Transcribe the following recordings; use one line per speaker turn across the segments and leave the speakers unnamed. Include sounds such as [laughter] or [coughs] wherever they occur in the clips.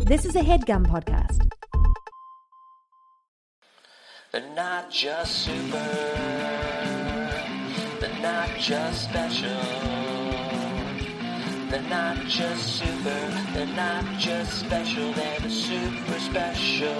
This is a headgum podcast.
They're not just super. They're not just special. They're not just super. They're not just special. They're the super specials.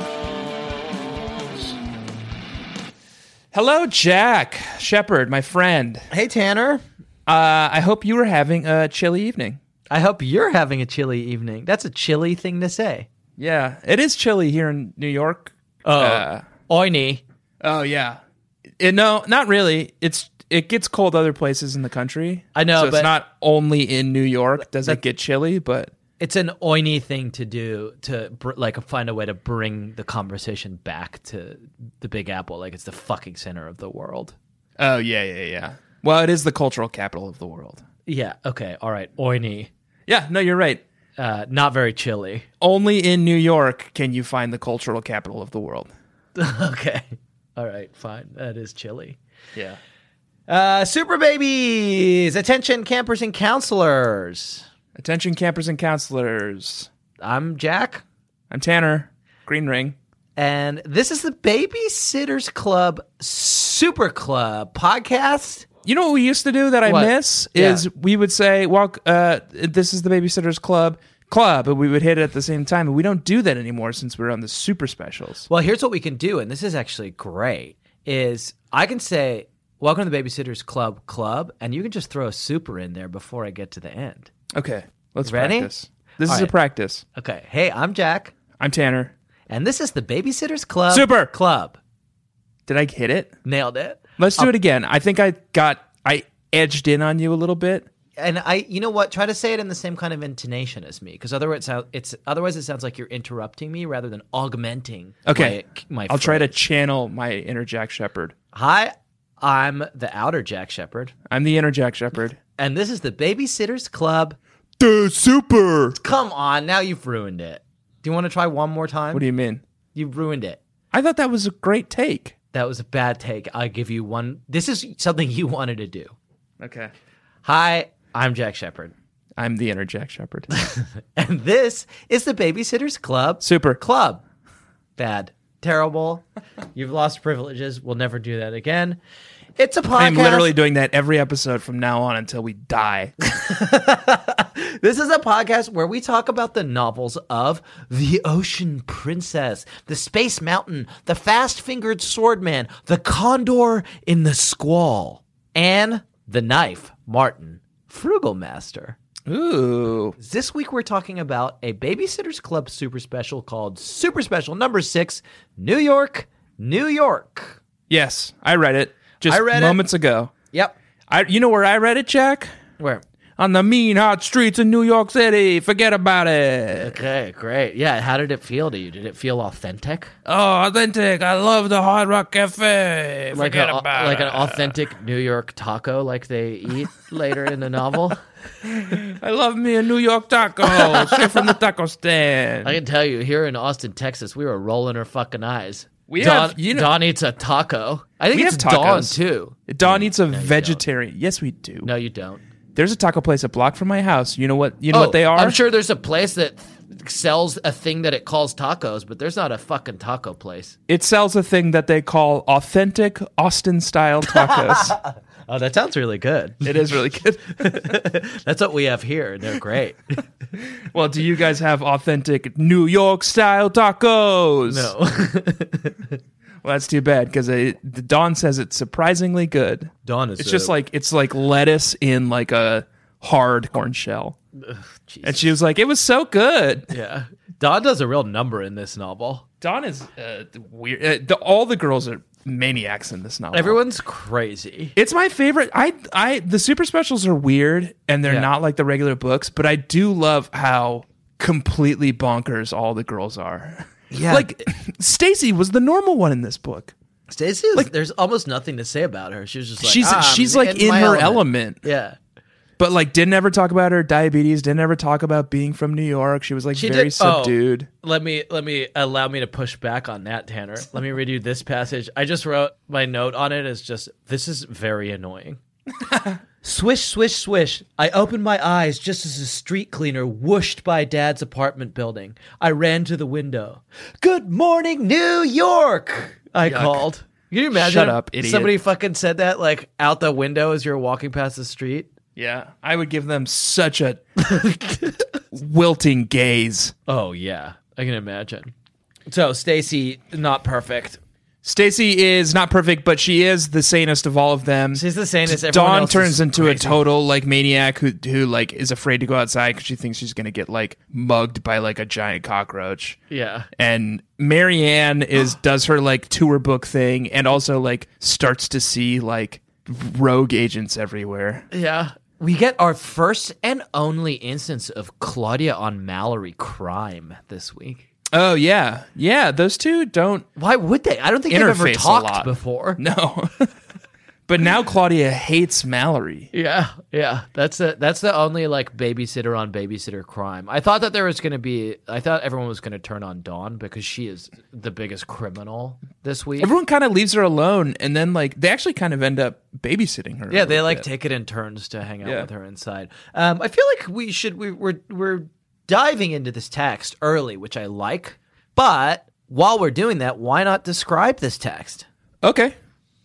Hello, Jack Shepard, my friend.
Hey Tanner,
Uh, I hope you were having a chilly evening.
I hope you're having a chilly evening. That's a chilly thing to say.
Yeah, it is chilly here in New York. Uh,
Oiny.
oh yeah. It- no, not really. It's it gets cold other places in the country.
I know,
so it's
but-
not only in New York does
That-
it get chilly, but
It's an oiny thing to do to br- like find a way to bring the conversation back to the Big Apple, like it's the fucking center of the world.
oh yeah, yeah, yeah. Well, it is the cultural capital of the world.
Yeah. Okay. All right. Oiny.
Yeah, no, you're right.
Uh, not very chilly.
Only in New York can you find the cultural capital of the world.
[laughs] okay. All right. Fine. That is chilly.
Yeah.
Uh, super babies, attention, campers and counselors.
Attention campers and counselors.
I'm Jack.
I'm Tanner. Green Ring.
And this is the Babysitters Club Super Club podcast.
You know what we used to do that I
What?
miss
Yeah.
is we would say, "Well, uh, this is the Babysitters Club Club," and we would hit it at the same time. And we don't do that anymore since we're on the super specials.
Well, here's what we can do, and this is actually great, is I can say, Welcome to the Babysitters Club Club, and you can just throw a super in there before I get to the end.
Okay, let's
Ready?
practice. This
All
is a
right.
practice.
Okay. Hey, I'm Jack,
I'm Tanner.
and this is the Babysitters Club
Super.
Club.
Did I hit it? Oh.
Nailed it.
Let's do it again. I think I got I edged in on you a little bit.
And I, you know what? Try to say it in the same kind of intonation as me, because otherwise, it sound- it's otherwise it sounds like you're interrupting me rather than augmenting.
Okay,
my, my
I'll try to
phrase.
channel my inner Jack Shepherd.
Hi, I'm the outer Jack Shepherd,
I'm the inner Jack Shepherd.
and this is the Babysitters Club.
The super.
Come on, now you've ruined it. Do you want to try one more time?
What do you mean?
you ruined it.
I thought that was a great take.
That was a bad take. I give you one. This is something you wanted to do.
Okay.
Hi, I'm Jack Shepherd,
I'm the inner Jack Shepherd.
and this is the Babysitters
[laughs]
Club
Super.
Club. Bad, terrible. You've lost privileges. We'll never do that again. It's a podcast.
I'm literally doing that every episode from now on until we die.
This is a podcast where we talk about the novels of The Ocean Princess, The Space Mountain, The Fast Fingered Swordman, The Condor in the Squall, and The Knife, Martin, Frugal Master.
Ooh.
This week we're talking about a Babysitters Club super special called Super Special Number Six New York, New York.
Yes, I read it just
I read it.
moments ago.
Yep.
I you know where I read it, Jack?
Where?
On the mean hot streets of New York City. Forget about it.
Okay, great. Yeah, how did it feel to you? Did it feel authentic?
Oh, authentic. I love the Hard Rock Cafe. Forget
a-
about
like
it.
an authentic New York taco, like
[laughs]
they eat later in the novel.
I love me a New York [laughs] taco straight from the taco stand.
I can tell you, here in Austin, Texas, we were rolling our fucking eyes.
We
Don,
have- you know-
Don eats a taco. I think
We
it's
have
Don
tacos.
too.
Don eats a vegetarian. Yes, we do.
No, you don't.
There's a taco place a block from my house. You know what? You know what they are?
Oh, I'm sure there's a place that sells a thing that it calls tacos, but there's not a fucking taco place.
It sells a thing that they call authentic Austin style
[laughs]
tacos.
Oh, that sounds really [laughs] good.
it is really good. [laughs]
That's what we have here. They're great.
Well, do you guys have authentic New York style tacos?
[laughs] [laughs] No.
Well, that's too bad because Don says it's surprisingly good.
Don is
It's just like it's like lettuce in like a hard corn shell. and she was like, "It was so good."
yeah. Don does a real number in this novel.
Don is uh, weird. Uh, the, all the girls are maniacs in this novel.
Everyone's crazy.
It's my favorite. I I the super specials are weird and they're
Yeah.
not like the regular books, but I do love how completely bonkers all the girls are.
Yeah.
Like [clears throat] Stacy was the normal one in this book.
Stacey, is- there's almost nothing to say about her. She was just like
she's
"Ah, I'm
she's like in,
my
her element.
Yeah,
But like didn't ever talk about her diabetes, didn't ever talk about being from New York. She was like
She
very
did- oh.
subdued.
let me let me allow me to push back on that, Tanner. Let me read you this passage. I just wrote my note on it as just this is very annoying. [laughs] Swish, swish, swish. I opened my eyes just as a street cleaner whooshed by Dad's apartment building. I ran to the window. Good morning, New York! I called. Can you imagine?
Shut
if
up, idiot.
Somebody fucking said that like out the window as you're walking past the street.
Yeah, I would give them such a [laughs] wilting gaze.
Oh yeah, I can imagine. So Stacy, not perfect.
Stacy is not perfect, but she is the sanest of all of them.
She's the sanest. Everyone
Dawn
else is
turns into a
crazy.
total like maniac who who like is afraid to go outside because she thinks she's gonna get like mugged by like a giant cockroach.
Yeah.
And Marianne
[gasps]
is does her like tour book thing and also like starts to see like rogue agents everywhere.
Yeah. We get our first and only instance of Claudia on Mallory crime this week.
Oh yeah, yeah. Those two don't [laughs]
Why would they? I don't think they've ever
Interface a
talked
lot.
before.
no. but now Claudia hates Mallory.
Yeah, yeah. That's the that's the only like babysitter on babysitter crime. I thought that there was going to be. I thought everyone was going to turn on Dawn because she is the biggest criminal this week.
Everyone kind of leaves her alone, and then like they actually kind of end up babysitting her. a
yeah, they
little
like
bit.
take it in turns to hang out
Yeah.
with her inside. Um, I feel like we should we, we're we're diving into this text early, which I like. But while we're doing that, why not describe this text?
Okay.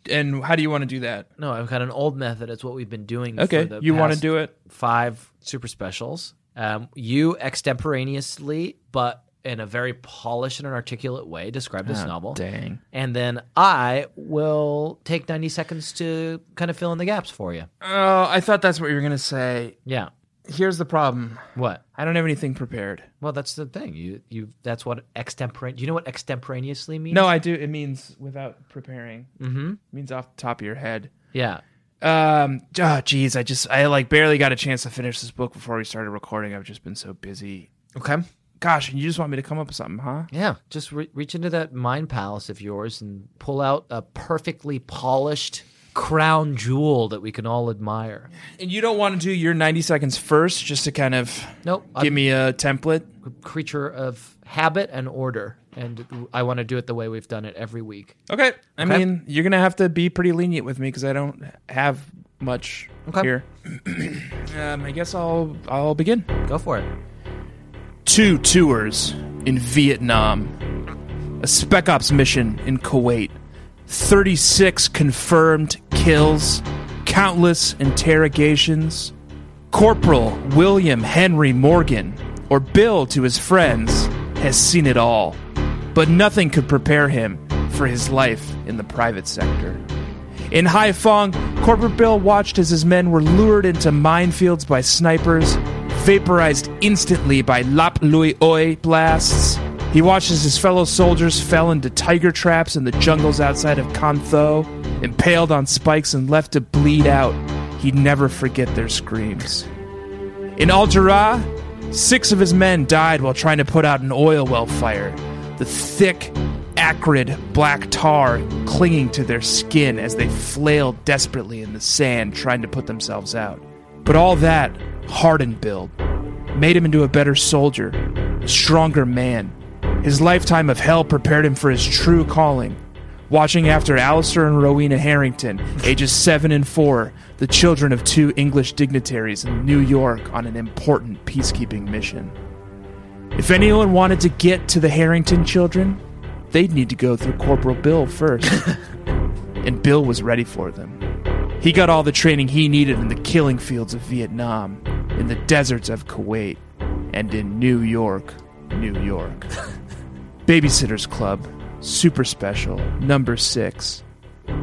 And how do you want to do that?
No, I've got an old method. It's what we've been doing.
Okay,
for the
you want to
past
do it?
five super specials. Um, you extemporaneously, but in a very polished and articulate way, describe this
Oh,
novel.
dang.
And then I will take 90 seconds to kind of fill in the gaps for you.
Oh, I thought that's what you were gonna say.
Yeah.
Here's the problem.
What?
I don't have anything prepared.
Well, that's the thing. You, you. That's what extemporane. Do you know what extemporaneously means?
No, I do. It means without preparing. Mm-hmm. It means off the top of your head.
Yeah.
Um. Oh, geez, I just I like barely got a chance to finish this book before we started recording. I've just been so busy.
Okay.
Gosh, and you just want me to come up with something, huh?
Yeah. Just re- reach into that mind palace of yours and pull out a perfectly polished crown jewel that we can all admire.
And you don't want to do your 90 seconds first, just to kind of
Nope.
give me a template.
creature of habit and order, and I want to do it the way we've done it every week.
Okay. I
Okay.
mean, you're gonna have to be pretty lenient with me because I don't have much
Okay. [clears throat]
here. um, I guess I'll I'll begin.
Go for it.
Two tours in Vietnam, a Spec Ops mission in Kuwait, 36 confirmed kills, countless interrogations. Corporal William Henry Morgan, or Bill to his friends, has seen it all, but nothing could prepare him for his life in the private sector. In Haiphong, Corporate Bill watched as his men were lured into minefields by snipers, vaporized instantly by Lap Lui Oi blasts. He watched as his fellow soldiers fell into tiger traps in the jungles outside of Kantho, impaled on spikes and left to bleed out. He'd never forget their screams. In Al Jarrah, six of his men died while trying to put out an oil well fire, the thick, acrid black tar clinging to their skin as they flailed desperately in the sand trying to put themselves out. But all that hardened Bill, made him into a better soldier, a stronger man. His lifetime of hell prepared him for his true calling watching after Alistair and Rowena Harrington, ages seven and four, the children of two English dignitaries in New York on an important peacekeeping mission. If anyone wanted to get to the Harrington children, they'd need to go through Corporal Bill first. and Bill was ready for them. He got all the training he needed in the killing fields of Vietnam, in the deserts of Kuwait, and in New York, New York. Babysitters Club, Super Special, number six,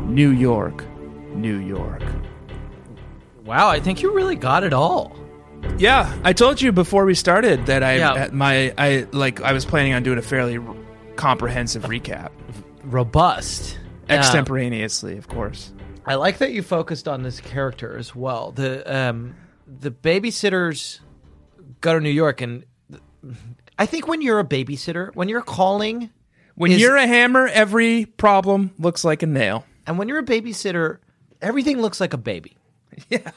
New York, New York.
Wow, I think you really got it all.
Yeah, I told you before we started that I
Yeah.
at my I like I was planning on doing a fairly r- comprehensive recap,
Robust.
extemporaneously, of course.
Uh, I like that you focused on this character as well. The um, the babysitters go to New York, and th- I think when you're a babysitter, when you're calling,
When
Is-
you're a hammer, every problem looks like a nail.
and when you're a babysitter, everything looks like a baby. Yeah.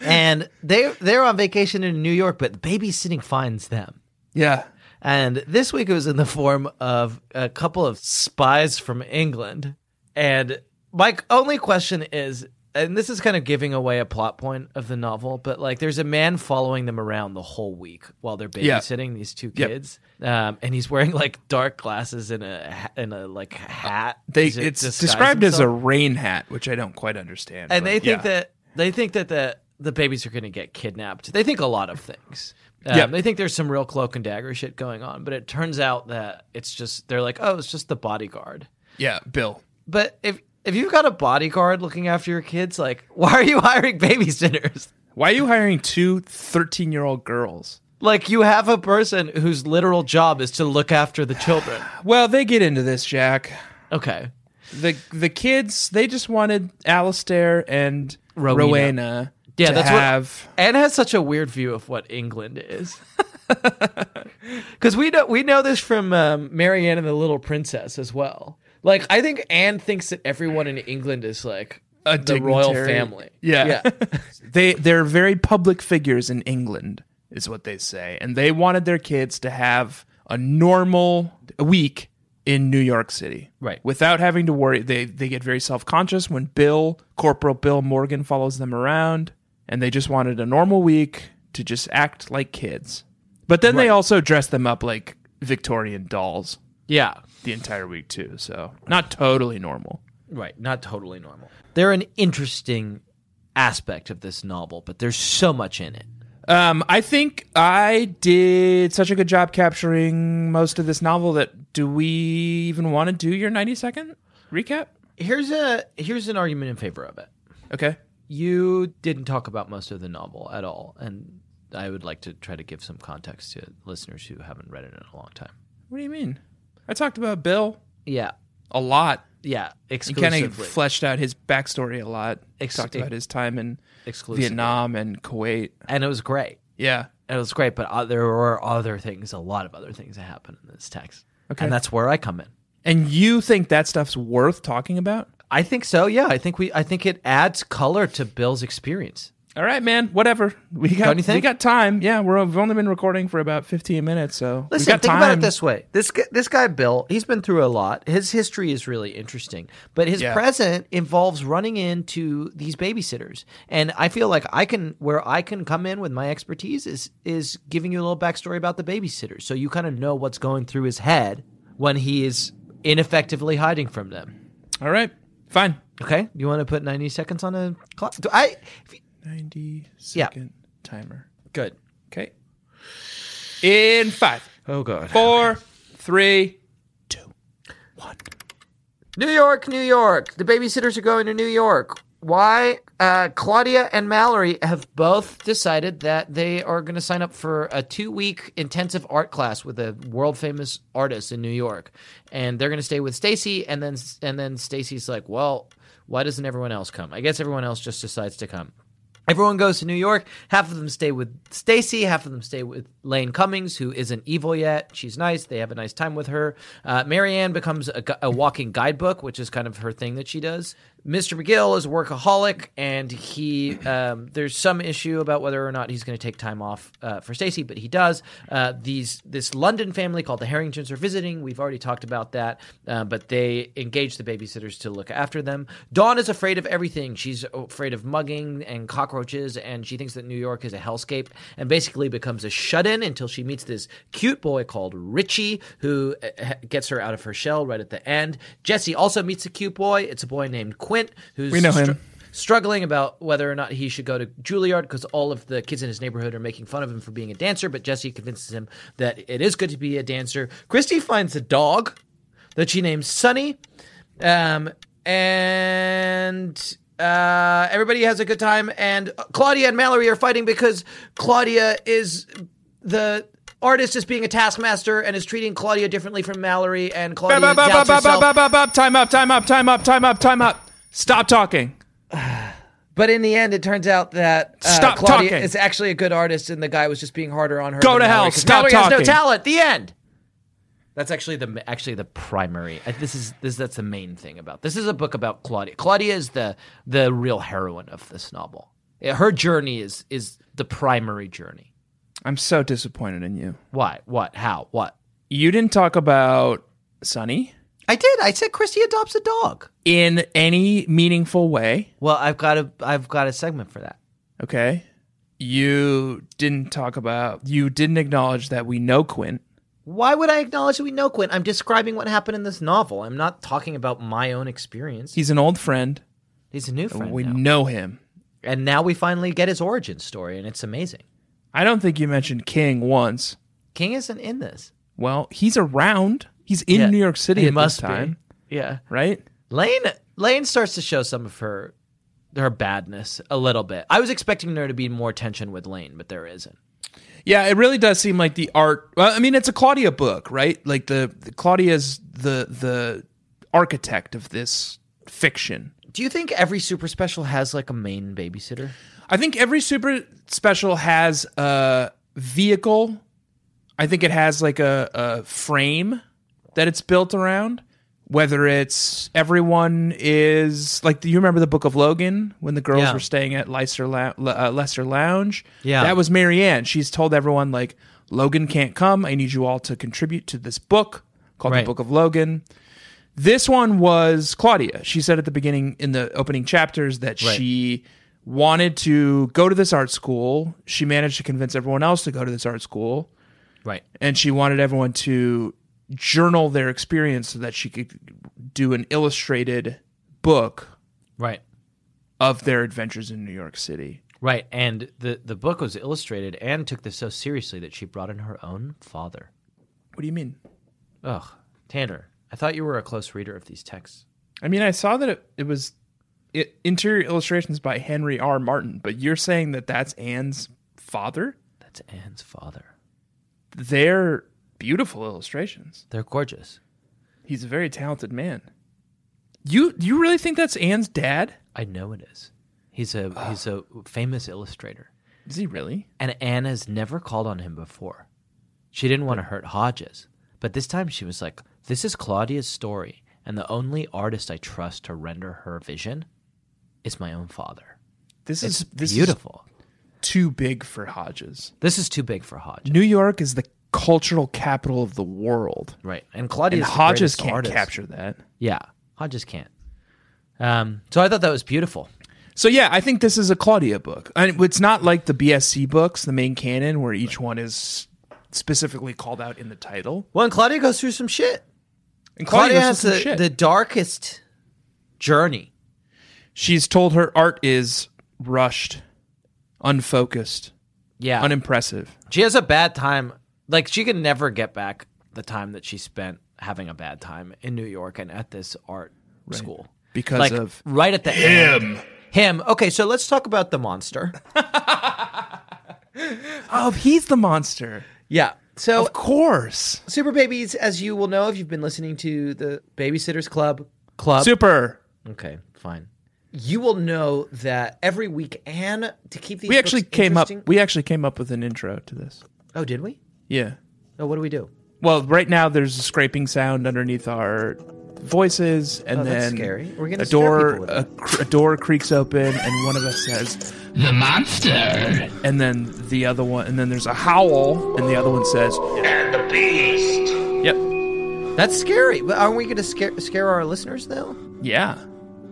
and they they're on vacation in New York, but babysitting finds them.
Yeah,
And this week it was in the form of a couple of spies from England. And my only question is and this is kind of giving away a plot point of the novel, but like there's a man following them around the whole week while they're
Yeah.
babysitting these two
Yep.
kids, um, and he's wearing like dark glasses and a ha- and a like hat.
They
to
it's
disguise
described as a
himself.
rain hat, which I don't quite understand.
and
but
they think
yeah.
that they think that the the babies are going to get kidnapped. They think a lot of things. Um,
Yep.
They think there's some real cloak and dagger shit going on, but it turns out that it's just they're like, oh, it's just the bodyguard.
yeah, Bill.
But if if you've got a bodyguard looking after your kids, like [laughs] why are you hiring babysitters?
Why are you hiring two 13 year old girls?
Like you have a person whose literal job is to look after the children.
Well, they get into this, Jack.
Okay.
The the kids they just wanted Alistair and
Rowena.
Rowena,
Yeah,
to
that's what-
have
Anne has such a weird view of what England is. [laughs] Because we know we know this from um, Marianne and the Little Princess as well. Like I think Anne thinks that everyone in England is like
a
the royal
dignitary.
family.
Yeah. [laughs] they they're very public figures in England is what they say, and they wanted their kids to have a normal week in New York City.
Right.
Without having to worry they they get very self-conscious when Bill, Corporal Bill Morgan follows them around and they just wanted a normal week to just act like kids. But then they also dress them up like Victorian dolls
yeah.
the entire week too, so not totally normal.
Right, not totally normal. They're an interesting aspect of this novel, but there's so much in it.
Um, I think I did such a good job capturing most of this novel that do we even want to do your 90 second recap?
Here's a here's an argument in favor of it.
Okay.
You didn't talk about most of the novel at all, and I would like to try to give some context to listeners who haven't read it in a long time.
What do you mean? I talked about Bill
Yeah,
a lot.
yeah,
You kind
exclusively.
of fleshed out his backstory a lot.
Ex-
talked about his time in
exclusively.
Vietnam and Kuwait.
and it was great.
Yeah.
It was great, but uh, there were other things, a lot of other things that happened in this text,
Okay.
and that's where I come in.
And you think that stuff's worth talking about?
I think so. Yeah, I think we. I think it adds color to Bill's experience.
All right, man. Whatever. We got
Don't you think?
we got time. Yeah, we're, we've only been recording for about 15 minutes, so we
Listen,
got
think
time.
about it this way: this gu- this guy Bill, he's been through a lot. His history is really interesting, but his
Yeah.
present involves running into these babysitters. And I feel like I can, where I can come in with my expertise is is giving you a little backstory about the babysitters, so you kind of know what's going through his head when he is ineffectively hiding from them.
All right. Fine.
Okay, you want to put ninety seconds on a clock? Do I
90 second timer.
good.
Okay. In five,
Oh god.
four, three, two.
New York, New York. The babysitters are going to New York. Why? Uh, Claudia and Mallory have both decided that they are going to sign up for a two week intensive art class with a world famous artist in New York, and they're going to stay with Stacy. And then and then Stacy's like, "Well, why doesn't everyone else come? I guess everyone else just decides to come." Everyone goes to New York. Half of them stay with Stacy. Half of them stay with Lane Cummings, who isn't evil yet. She's nice. They have a nice time with her. Uh, Marianne becomes a, gu- a walking guidebook, which is kind of her thing that she does. Mr. McGill is a workaholic, and he um, there's some issue about whether or not he's going to take time off uh, for Stacy, but he does. Uh, these this London family called the Harringtons are visiting. We've already talked about that, uh, but they engage the babysitters to look after them. Dawn is afraid of everything. She's afraid of mugging and cockroaches, and she thinks that New York is a hellscape, and basically becomes a shut in until she meets this cute boy called Richie, who uh, ha- gets her out of her shell right at the end. Jesse also meets a cute boy. It's a boy named Quint, who's
We know him.
struggling about whether or not he should go to Juilliard because all of the kids in his neighborhood are making fun of him for being a dancer, but Jesse convinces him that it is good to be a dancer. Christy finds a dog that she names Sunny, um, and uh, everybody has a good time. And Claudia and Mallory are fighting because Claudia is the artist is being a taskmaster and is treating Claudia differently from Mallory, and Claudia
Bop, bop, bop,
doubts
bop, bop, bop,
herself.
bop, bop. Time up, time up, time up, time up, time up. Stop talking.
But in the end, it turns out that uh,
Stop
Claudia
talking.
is actually a good artist, and the guy was just being harder on her.
Go
than
to hell.
Mallory, 'cause
Stop
Mallory Has no
talking.
talent. The end. That's actually the actually the primary. uh, This is this that's the main thing about this is a book about Claudia. Claudia is the the real heroine of this novel. Yeah, Her journey is is the primary journey.
I'm so disappointed in you.
Why? What? How? What?
You didn't talk about Sonny.
I did. I said Christy adopts a dog.
in any meaningful way.
Well, I've got a I've got a segment for that.
Okay. You didn't talk about, you didn't acknowledge that we know Quint.
Why would I acknowledge that we know Quint? I'm describing what happened in this novel. I'm not talking about my own experience.
He's an old friend.
He's a new friend
we
now.
know him.
and now we finally get his origin story, and it's amazing.
I don't think you mentioned King once.
King isn't in this.
Well, he's around. He's in
Yeah,
New York City
he
at
must
this time,
be. Yeah,
right?
Lane Lane starts to show some of her her badness a little bit. I was expecting there to be more tension with Lane, but there isn't.
Yeah, it really does seem like the art. Well, I mean, it's a Claudia book, right? Like the, the Claudia's the the architect of this fiction.
Do you think every super special has like a main babysitter?
I think every super special has a vehicle. I think it has like a, a frame that it's built around. Whether it's everyone is like, do you remember the Book of Logan when the girls
Yeah.
were staying at Leicester, Lou- Le- uh, Leicester Lounge?
Yeah.
That was Marianne. She's told everyone, like, Logan can't come. I need you all to contribute to this book called
Right.
The Book of Logan. This one was Claudia. She said at the beginning in the opening chapters that
Right.
she wanted to go to this art school. She managed to convince everyone else to go to this art school,
Right.
and she wanted everyone to journal their experience so that she could do an illustrated book
Right.
of their adventures in New York City.
Right. And the the book was illustrated. Anne took this so seriously that she brought in her own father.
What do you mean?
Ugh, Tanner, I thought you were a close reader of these texts.
I mean, I saw that it, it was i interior illustrations by Henry R. Martin, but you're saying that that's Anne's father?
That's Anne's father.
They're beautiful illustrations.
They're gorgeous.
He's a very talented man. You you really think that's Anne's dad?
I know it is. He's a
Ah.
he's a famous illustrator.
Is he really?
And Anne has never called on him before. She didn't want to hurt Hodges. But this time she was like, This is Claudia's story, and the only artist I trust to render her vision is my own father.
This
It's
is this is
beautiful.
too big for Hodges.
this is too big for Hodges.
New York is the cultural capital of the world,
Right. And Claudia's
and
the
Hodges
greatest
can't
artist.
capture that.
Yeah. Hodges can't. Um, so I thought that was beautiful.
So yeah, I think this is a Claudia book. And it's not like the BSC books, the main canon, where each one is specifically called out in the title.
Well, and Claudia goes through some shit.
And
Claudia,
goes
has
through some
the,
shit.
the darkest journey.
She's told her art is rushed, unfocused,
Yeah.
unimpressive.
She has a bad time. Like she can never get back the time that she spent having a bad time in New York and at this art school
Because
like
of
right at the him. Him. Okay, so let's talk about the monster.
Oh, he's the monster.
[laughs] yeah. So
Of course.
Super Babies, as you will know if you've been listening to the Babysitters Club Club.
Super.
okay, fine. You will know that every week, and to keep these
We actually
books
came up
interesting-
we actually came up with an intro to this.
oh, did we?
Yeah.
Oh, what do we do?
Well, right now there's a scraping sound underneath our voices and
Oh,
then
that's scary. We're gonna
a
scare
door
people with
a, cr- a door creaks open and one of us says the monster and then the other one and then there's a howl and the other one says
And the beast.
yep
That's scary. But aren't we going to scare scare our listeners though?
yeah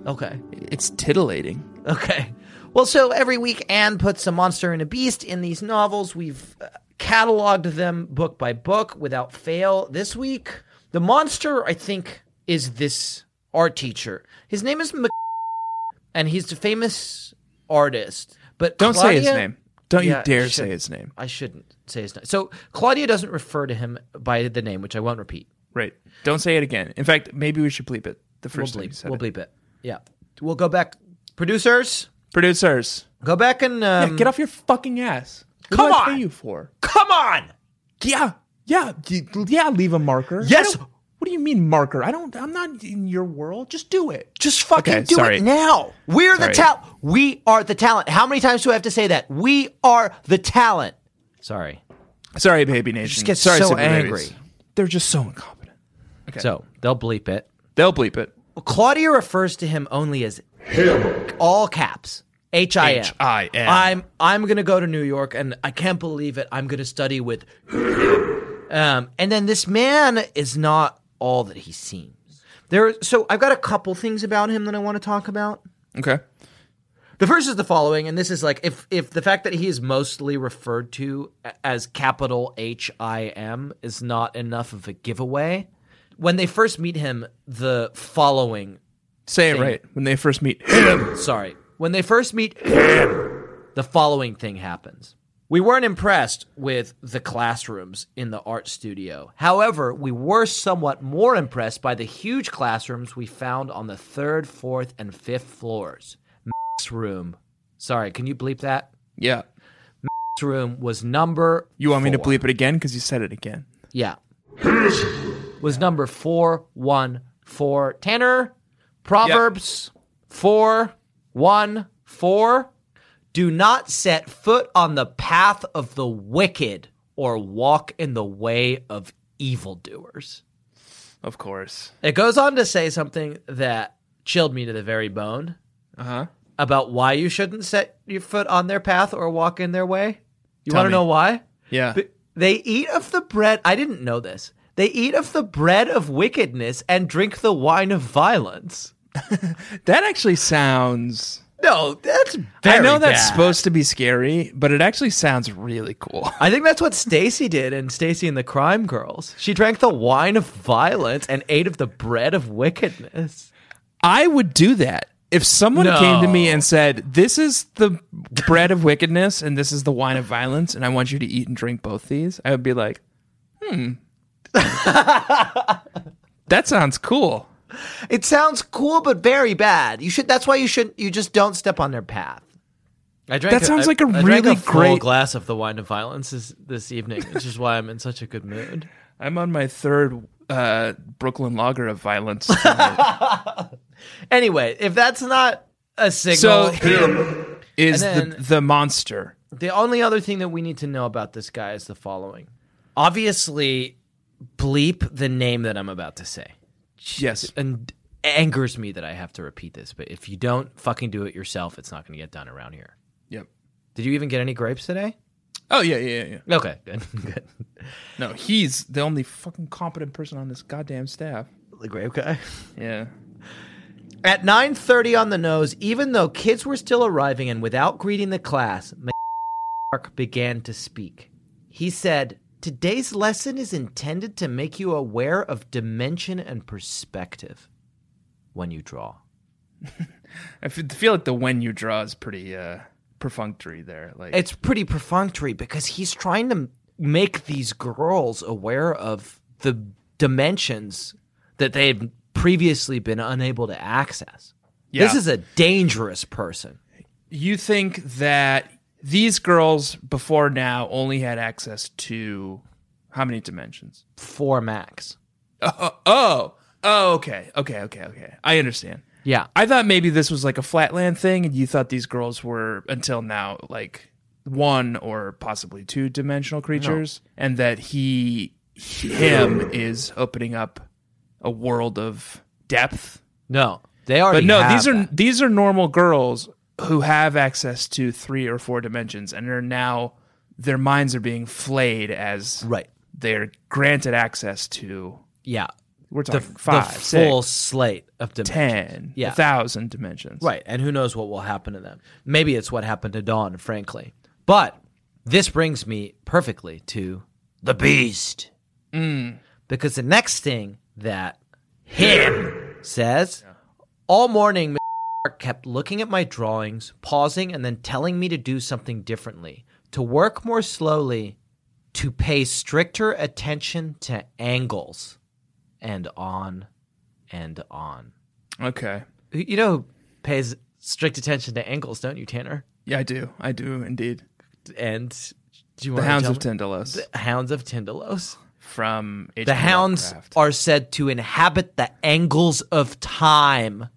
Okay.
it's titillating
Okay. Well, so every week Anne puts a monster and a beast in these novels. We've uh, cataloged them book by book without fail. This week, the monster, I think, is this art teacher. His name is Mc- and he's a famous artist. But
don't say his
Claudia-
name don't
Yeah,
you dare
sure.
say his name
I shouldn't say his name. So Claudia doesn't refer to him by the name, which I won't repeat.
right don't say it again in fact maybe we should bleep it the
We'll
first time you
bleep.
said
We'll
it.
bleep it. Yeah. We'll go back. Producers,
producers
go back and um,
Yeah, get off your fucking ass. What
Come
do I pay
on!
you for?
Come on.
Yeah, yeah, d- yeah. Leave a marker.
Yes!
I don't- What do you mean marker? I don't. I'm not in your world. Just do it.
Just fucking
Okay,
do
sorry.
it now. We're the
Sorry.
talent. We are the talent. How many times do I have to say that? We are the talent. Sorry.
Sorry, baby nation.
just get
Sorry,
so
Super
angry.
Babies. They're just so incompetent.
So they'll bleep it.
They'll bleep it.
Claudia refers to him only as him. All caps. H I M.
H.I.M..
I'm I'm gonna go to New York and I can't believe it. I'm gonna study with him. Um, and then this man is not all that he seems. There. So I've got a couple things about him that I want to talk about.
Okay.
The first is the following, and this is like if if the fact that he is mostly referred to a- as capital H I M is not enough of a giveaway. When they first meet him, the following
Say it right when they first [coughs] meet him.
sorry. When they first meet him, the following thing happens. We weren't impressed with the classrooms in the art studio. However, we were somewhat more impressed by the huge classrooms we found on the third, fourth, and fifth floors. Max room. Sorry, can you bleep that?
Yeah.
Max room was number.
You want me to
four.
bleep it again because you said it again.
Yeah. was number 414. Tanner, Proverbs 414. Do not set foot on the path of the wicked or walk in the way of evildoers.
Of course.
It goes on to say something that chilled me to the very bone
Uh huh.
about why you shouldn't set your foot on their path or walk in their way. You
Tell
want to
me.
know why?
Yeah.
But they eat of the bread. I didn't know this. They eat of the bread of wickedness and drink the wine of violence.
that actually sounds.
No, that's
I know that's
bad.
supposed to be scary, but it actually sounds really cool.
I think that's what Stacy did in Stacy and the Crime Girls. She drank the wine of violence and ate of the bread of wickedness.
I would do that. If someone
No.
came to me and said, This is the bread of wickedness and this is the wine of violence, and I want you to eat and drink both these, I would be like, Hmm. that sounds cool.
It sounds cool, but very bad. You should. That's why you should. You just don't step on their path. I drank.
That sounds like a
I- I drank
really
a full
great-
glass of the wine of violence this, this evening, which is why I'm in such a good mood.
I'm on my third uh, Brooklyn lager of
[laughs]
violence.
Anyway, if that's not a
so,
signal,
him is
And
the,
then-
the monster.
the only other thing that we need to know about this guy is the following. Obviously, bleep the name that I'm about to say.
Yes.
And it angers me that I have to repeat this, but if you don't fucking do it yourself, it's not going to get done around here.
Yep.
Did you even get any grapes today?
Oh, yeah, yeah, yeah, yeah.
Okay, [laughs] good. good.
No, he's the only fucking competent person on this goddamn staff.
The grape guy.
Yeah.
At 9:30 on the nose, even though kids were still arriving and without greeting the class, Mark began to speak. He said, "Today's lesson is intended to make you aware of dimension and perspective when you draw."
I f- feel like the when you draw is pretty uh, perfunctory there. Like
It's pretty perfunctory because he's trying to make these girls aware of the dimensions that they've previously been unable to access. This
Yeah.
is a dangerous person.
you think that these girls before now only had access to how many dimensions?
For Max.
Oh, oh, oh, okay, okay, okay, okay. I understand.
Yeah.
I thought maybe this was like a flatland thing, and you thought these girls were until now like one or possibly two dimensional creatures, and that he, him, is opening up a world of depth
No, they
But
already.
no,
have
these are
that.
these are normal girls who have access to three or four dimensions and are now their minds are being flayed as
right.
they're granted access to
Yeah,
we're
the,
talking
f- the
five,
full
six,
slate of dimensions.
ten,
Yeah.
a thousand dimensions.
Right, and who knows what will happen to them? Maybe it's what happened to Dawn, frankly. But this brings me perfectly to the beast, because the next thing that him says all morning. Mr. Clark kept looking at my drawings, pausing, and then telling me to do something differently, to work more slowly, to pay stricter attention to angles, and on and on.
Okay.
You know who pays strict attention to angles, don't you, Tanner?
Yeah, I do. I do indeed.
And do you
The
want
Hounds of
to
Tyndalos
tell me? Hounds of Tyndalos.
from H.P.
The hounds
Lovecraft.
are said to inhabit the angles of time.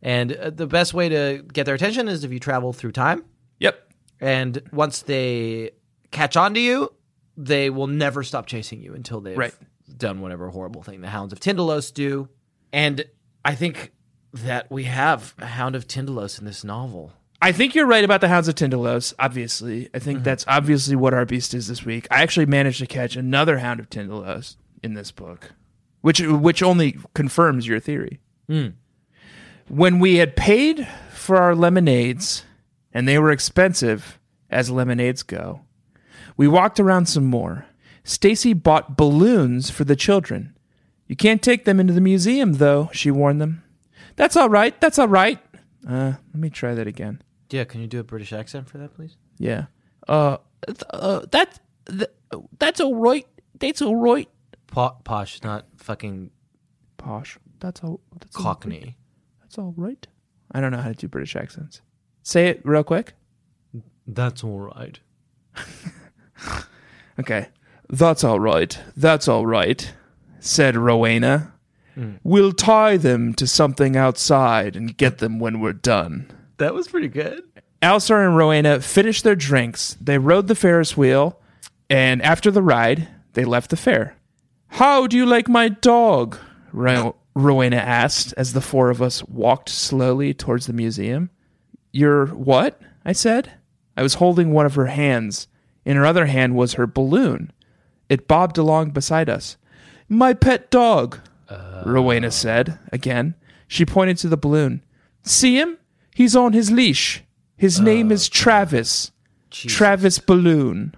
And uh, the best way to get their attention is if you travel through time.
Yep.
And once they catch on to you, they will never stop chasing you until they've
Right.
done whatever horrible thing the Hounds of Tyndalos do. And I think that we have a Hound of Tyndalos in this novel.
I think you're right about the Hounds of Tyndalos, obviously. I think that's obviously what our beast is this week. I actually managed to catch another Hound of Tyndalos in this book. which which only confirms your theory. When we had paid for our lemonades, and they were expensive as lemonades go, we walked around some more. Stacy bought balloons for the children. You can't take them into the museum, though, she warned them. That's all right. That's all right. Uh, let me try that again.
Yeah, can you do a British accent for that, please?
Yeah. Uh, th- uh that's th- that's all right. That's all right.
Po- posh, not fucking
Posh. That's all. That's all-
Cockney.
That's all right. I don't know how to do British accents. Say it real quick.
That's all right.
Okay. That's all right. That's all right, said Rowena. We'll tie them to something outside and get them when we're done.
That was pretty good.
Alsar and Rowena finished their drinks. They rode the Ferris wheel, and after the ride, they left the fair. How do you like my dog? Ro- Rowena asked as the four of us walked slowly towards the museum. Your what? I said. I was holding one of her hands. In her other hand was her balloon. It bobbed along beside us. My pet dog, Rowena said again. She pointed to the balloon. See him? He's on his leash. His name
Oh,
is Travis. Travis Balloon.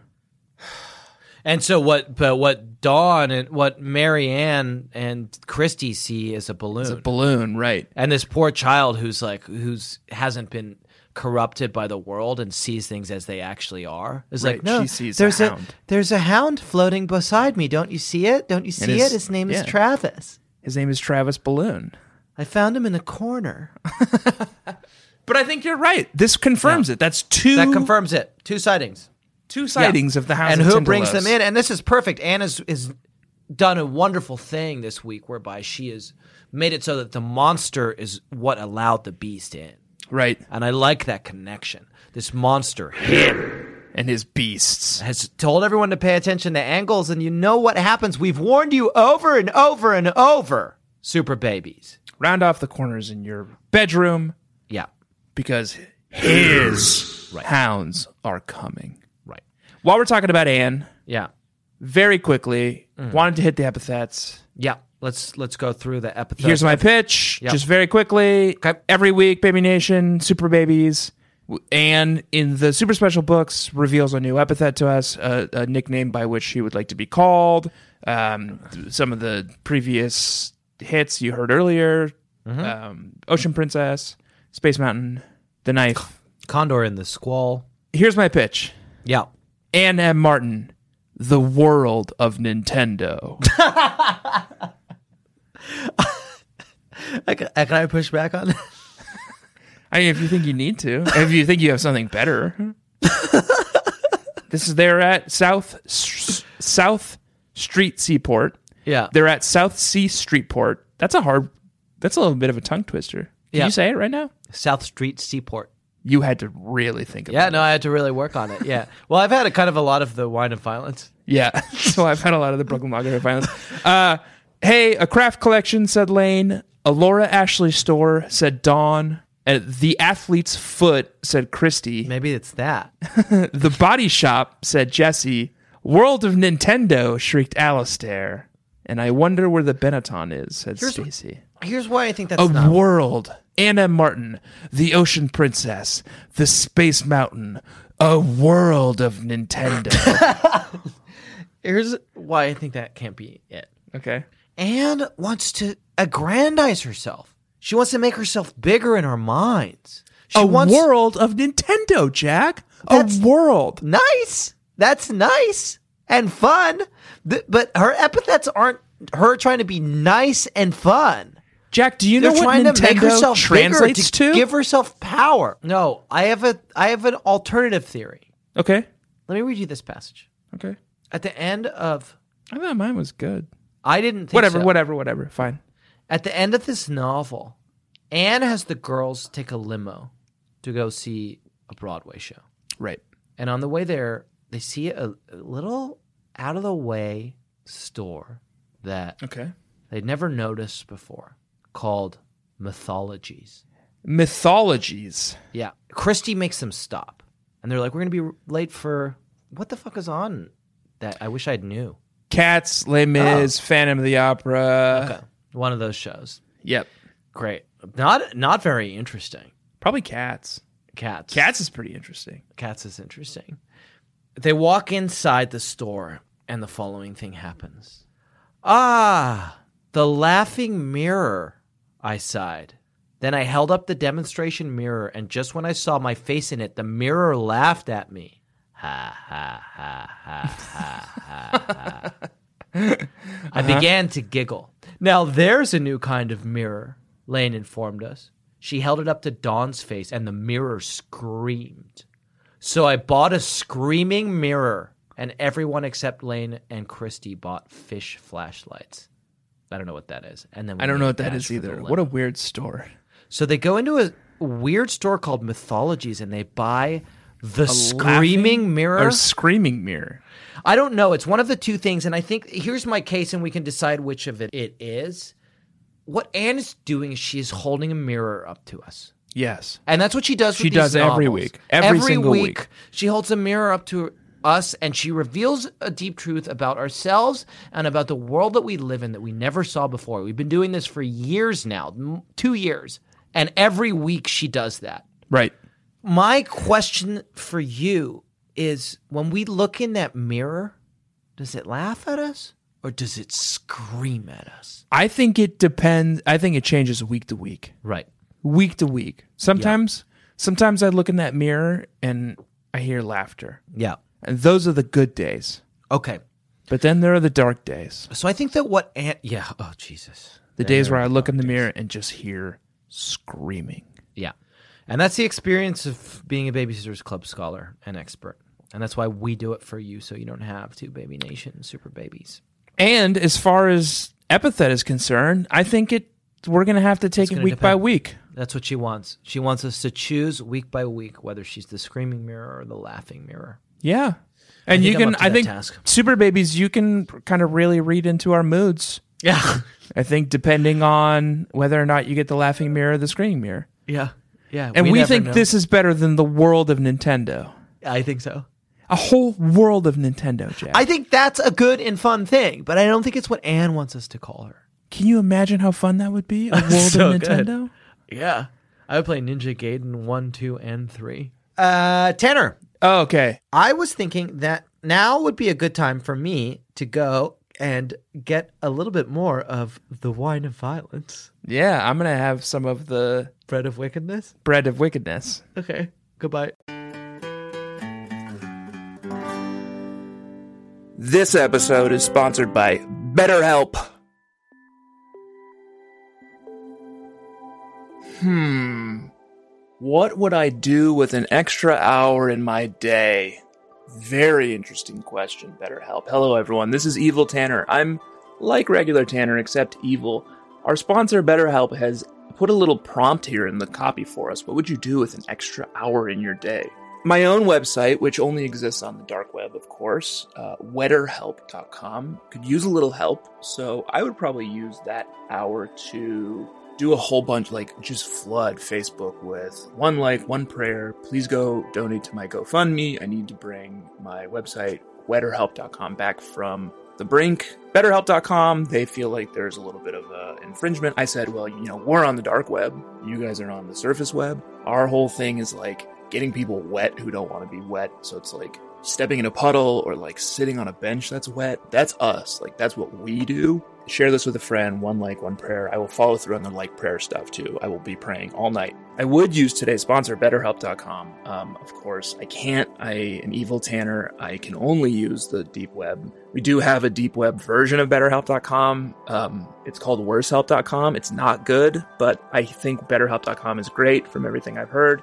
And so what? But what Dawn and what Marianne and Christy see is a balloon,
Balloon, right.
and this poor child who's like who's hasn't been corrupted by the world and sees things as they actually are is
Right,
like no
she sees a
there's a,
hound."
there's a hound floating beside me don't you see it don't you see
his-
it his name
yeah.
is travis
His name is Travis Balloon.
i found him in a corner
But I think you're right. This confirms it. That's two
that confirms it two sightings
two sightings of the house.
and
of
who brings
Tindalos.
them in and this is perfect anna's is done a wonderful thing this week whereby she has made it so that the monster is what allowed the beast in
Right.
and i like that connection this monster
And his beasts.
has told everyone to pay attention to angles and you know what happens we've warned you over and over and over super babies
Round off the corners in your bedroom
yeah
because his hounds are coming.
right
While we're talking about Anne,
yeah
very quickly,
Mm.
wanted to hit the epithets.
yeah let's let's go through the episode
Here's my pitch,
Yep.
just very quickly.
Okay.
Every week, Baby Nation, Super Babies, w- Anne in the super special books reveals a new epithet to us, a, a nickname by which she would like to be called. Um, th- some of the previous hits you heard earlier
Mm-hmm.
um, Ocean Princess, Space Mountain, The Knife.
condor in the squall
Here's my pitch
yeah
Anne M. Martin, The World of Nintendo.
I can, can i push back on that
I mean, if you think you need to, if you think you have something
[laughs]
better, this is they're at South S- South Street Seaport.
yeah
They're at South Sea Streetport. That's a hard. That's a little bit of a tongue twister. Can
Yeah.
you say it right now?
south street seaport
You had to really think about.
Yeah,
it.
no, I had to really work on it. [laughs] Yeah. Well, I've had a kind of a lot of the wine of violence.
Yeah. [laughs] so I've had a lot of the Brooklyn Lager violence. Uh, hey, a craft collection, said Lane. A Laura Ashley store, said Dawn. And the athlete's foot, said Christy.
Maybe it's that.
The body shop, said Jesse. World of Nintendo, shrieked Alistair. And I wonder where the Benetton is, said Stacy.
Here's why I think that's
A
not.
world. Anna Martin, the Ocean Princess, the Space Mountain, a world of
[laughs]
Nintendo.
Here's why I think that can't be it.
okay.
Anne wants to aggrandize herself. She wants to make herself bigger in our minds. She
a
wants
world of Nintendo, Jack.
That's-
a world.
nice. That's nice and fun. Th- but her epithets aren't her trying to be nice and fun.
Jack, do you know
They're
what
trying
Nintendo
to make herself
translates
bigger
to?
give herself power. No, I have a I have an alternative theory.
okay.
Let me read you this passage.
Okay.
At the end of
I thought mine was good.
I didn't think
Whatever,
so.
whatever, whatever. Fine.
At the end of this novel, Anne has the girls take a limo to go see a Broadway show.
Right.
And on the way there, they see a a little out of the way store that
Okay.
they'd never noticed before called Mythologies.
Mythologies.
Yeah. Christie makes them stop. And they're like, we're going to be late for what the fuck is on that? I wish I'd knew.
Cats, Les Mis, Phantom of the Opera.
Oh. Okay. One of those shows.
Yep.
Great. Not not very interesting.
Probably Cats.
Cats.
Cats is pretty interesting.
Cats is interesting. They walk inside the store, and the following thing happens. Ah, the laughing mirror, I sighed. Then I held up the demonstration mirror, and just when I saw my face in it, the mirror laughed at me. Ha ha ha ha ha ha. ha. I
Uh-huh.
began to giggle. Now there's a new kind of mirror, Lane informed us. She held it up to Dawn's face, and the mirror screamed. So I bought a screaming mirror, and everyone except Lane and Christy bought fish flashlights. I don't know what that is. And then we
I don't know
made
what that
cash
is
for the
either.
lemon.
What a weird store.
So they go into a weird store called Mythologies and they buy the screaming
Laughing-
mirror.
Or screaming mirror.
I don't know. It's one of the two things. And I think here's my case, and we can decide which of it it is. What Anne is doing is she is holding a mirror up to us.
Yes.
And that's what she does.
She
with
does
these
every
novels.
week. Every single week.
she holds a mirror up to us, and she reveals a deep truth about ourselves and about the world that we live in that we never saw before. We've been doing this for years now, m- two years, and every week she does that.
Right.
My question for you is: When we look in that mirror, does it laugh at us or does it scream at us?
I think it depends. I think it changes week to week.
Right.
Week to week. Sometimes, sometimes I look in that mirror and I hear laughter.
Yeah.
And those are the good days.
Okay.
But then there are the dark days.
So I think that what Anne, yeah. Oh Jesus.
The days where I look in the mirror and just hear screaming.
Yeah. And that's the experience of being a Babysitters Club scholar and expert. And that's why we do it for you so you don't have to, Baby Nation, Super Babies.
And as far as epithet is concerned, I think it we're gonna have to take it
gonna
week by
depend.
week.
That's what she wants. She wants us to choose week by week whether she's the screaming mirror or the laughing mirror.
Yeah. And
think
you
I'm
can
up to
I
that
think
task.
super babies, you can kind of really read into our moods.
Yeah. [laughs]
I think depending on whether or not you get the laughing mirror or the screaming mirror.
Yeah. Yeah.
And we,
never
think
know.
this is better than the world of Nintendo.
I think so.
A whole world of Nintendo, Jack.
I think that's a good and fun thing, but I don't think it's what Anne wants us to call her.
can you imagine how fun that would
[laughs]
be? A world
So
of
good.
Nintendo?
Yeah. I would play Ninja Gaiden 1, 2, and 3. Uh, Tanner,
Oh, okay.
I was thinking that now would be a good time for me to go and get a little bit more of the wine of violence,
Yeah, I'm gonna have some of the
bread of wickedness.
bread of wickedness.
Okay, goodbye.
This episode is sponsored by BetterHelp. Hmm. Hmm. What would I do with an extra hour in my day? Very interesting question, BetterHelp. Hello, everyone. This is Evil Tanner. I'm like regular Tanner, except evil. Our sponsor, BetterHelp, has put a little prompt here in the copy for us. What would you do with an extra hour in your day? My own website, which only exists on the dark web, of course, uh, wetterhelp.com, could use a little help. So I would probably use that hour to do a whole bunch, like just flood Facebook with one like, one prayer. Please go donate to my GoFundMe. I need to bring my website, wetterhelp.com, back from the brink. BetterHelp.com, they feel like there's a little bit of uh, infringement. I said, well, you know, we're on the dark web. You guys are on the surface web. Our whole thing is like getting people wet who don't want to be wet. So it's like stepping in a puddle or like sitting on a bench that's wet. That's us. Like, that's what we do. Share this with a friend, one like, one prayer. I will follow through on the like prayer stuff too. I will be praying all night. I would use today's sponsor, BetterHelp.com. Um, of course, I can't. I am evil Tanner. I can only use the deep web. We do have a deep web version of BetterHelp.com. Um, it's called WorseHelp.com. It's not good, but I think BetterHelp.com is great from everything I've heard.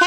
Hey,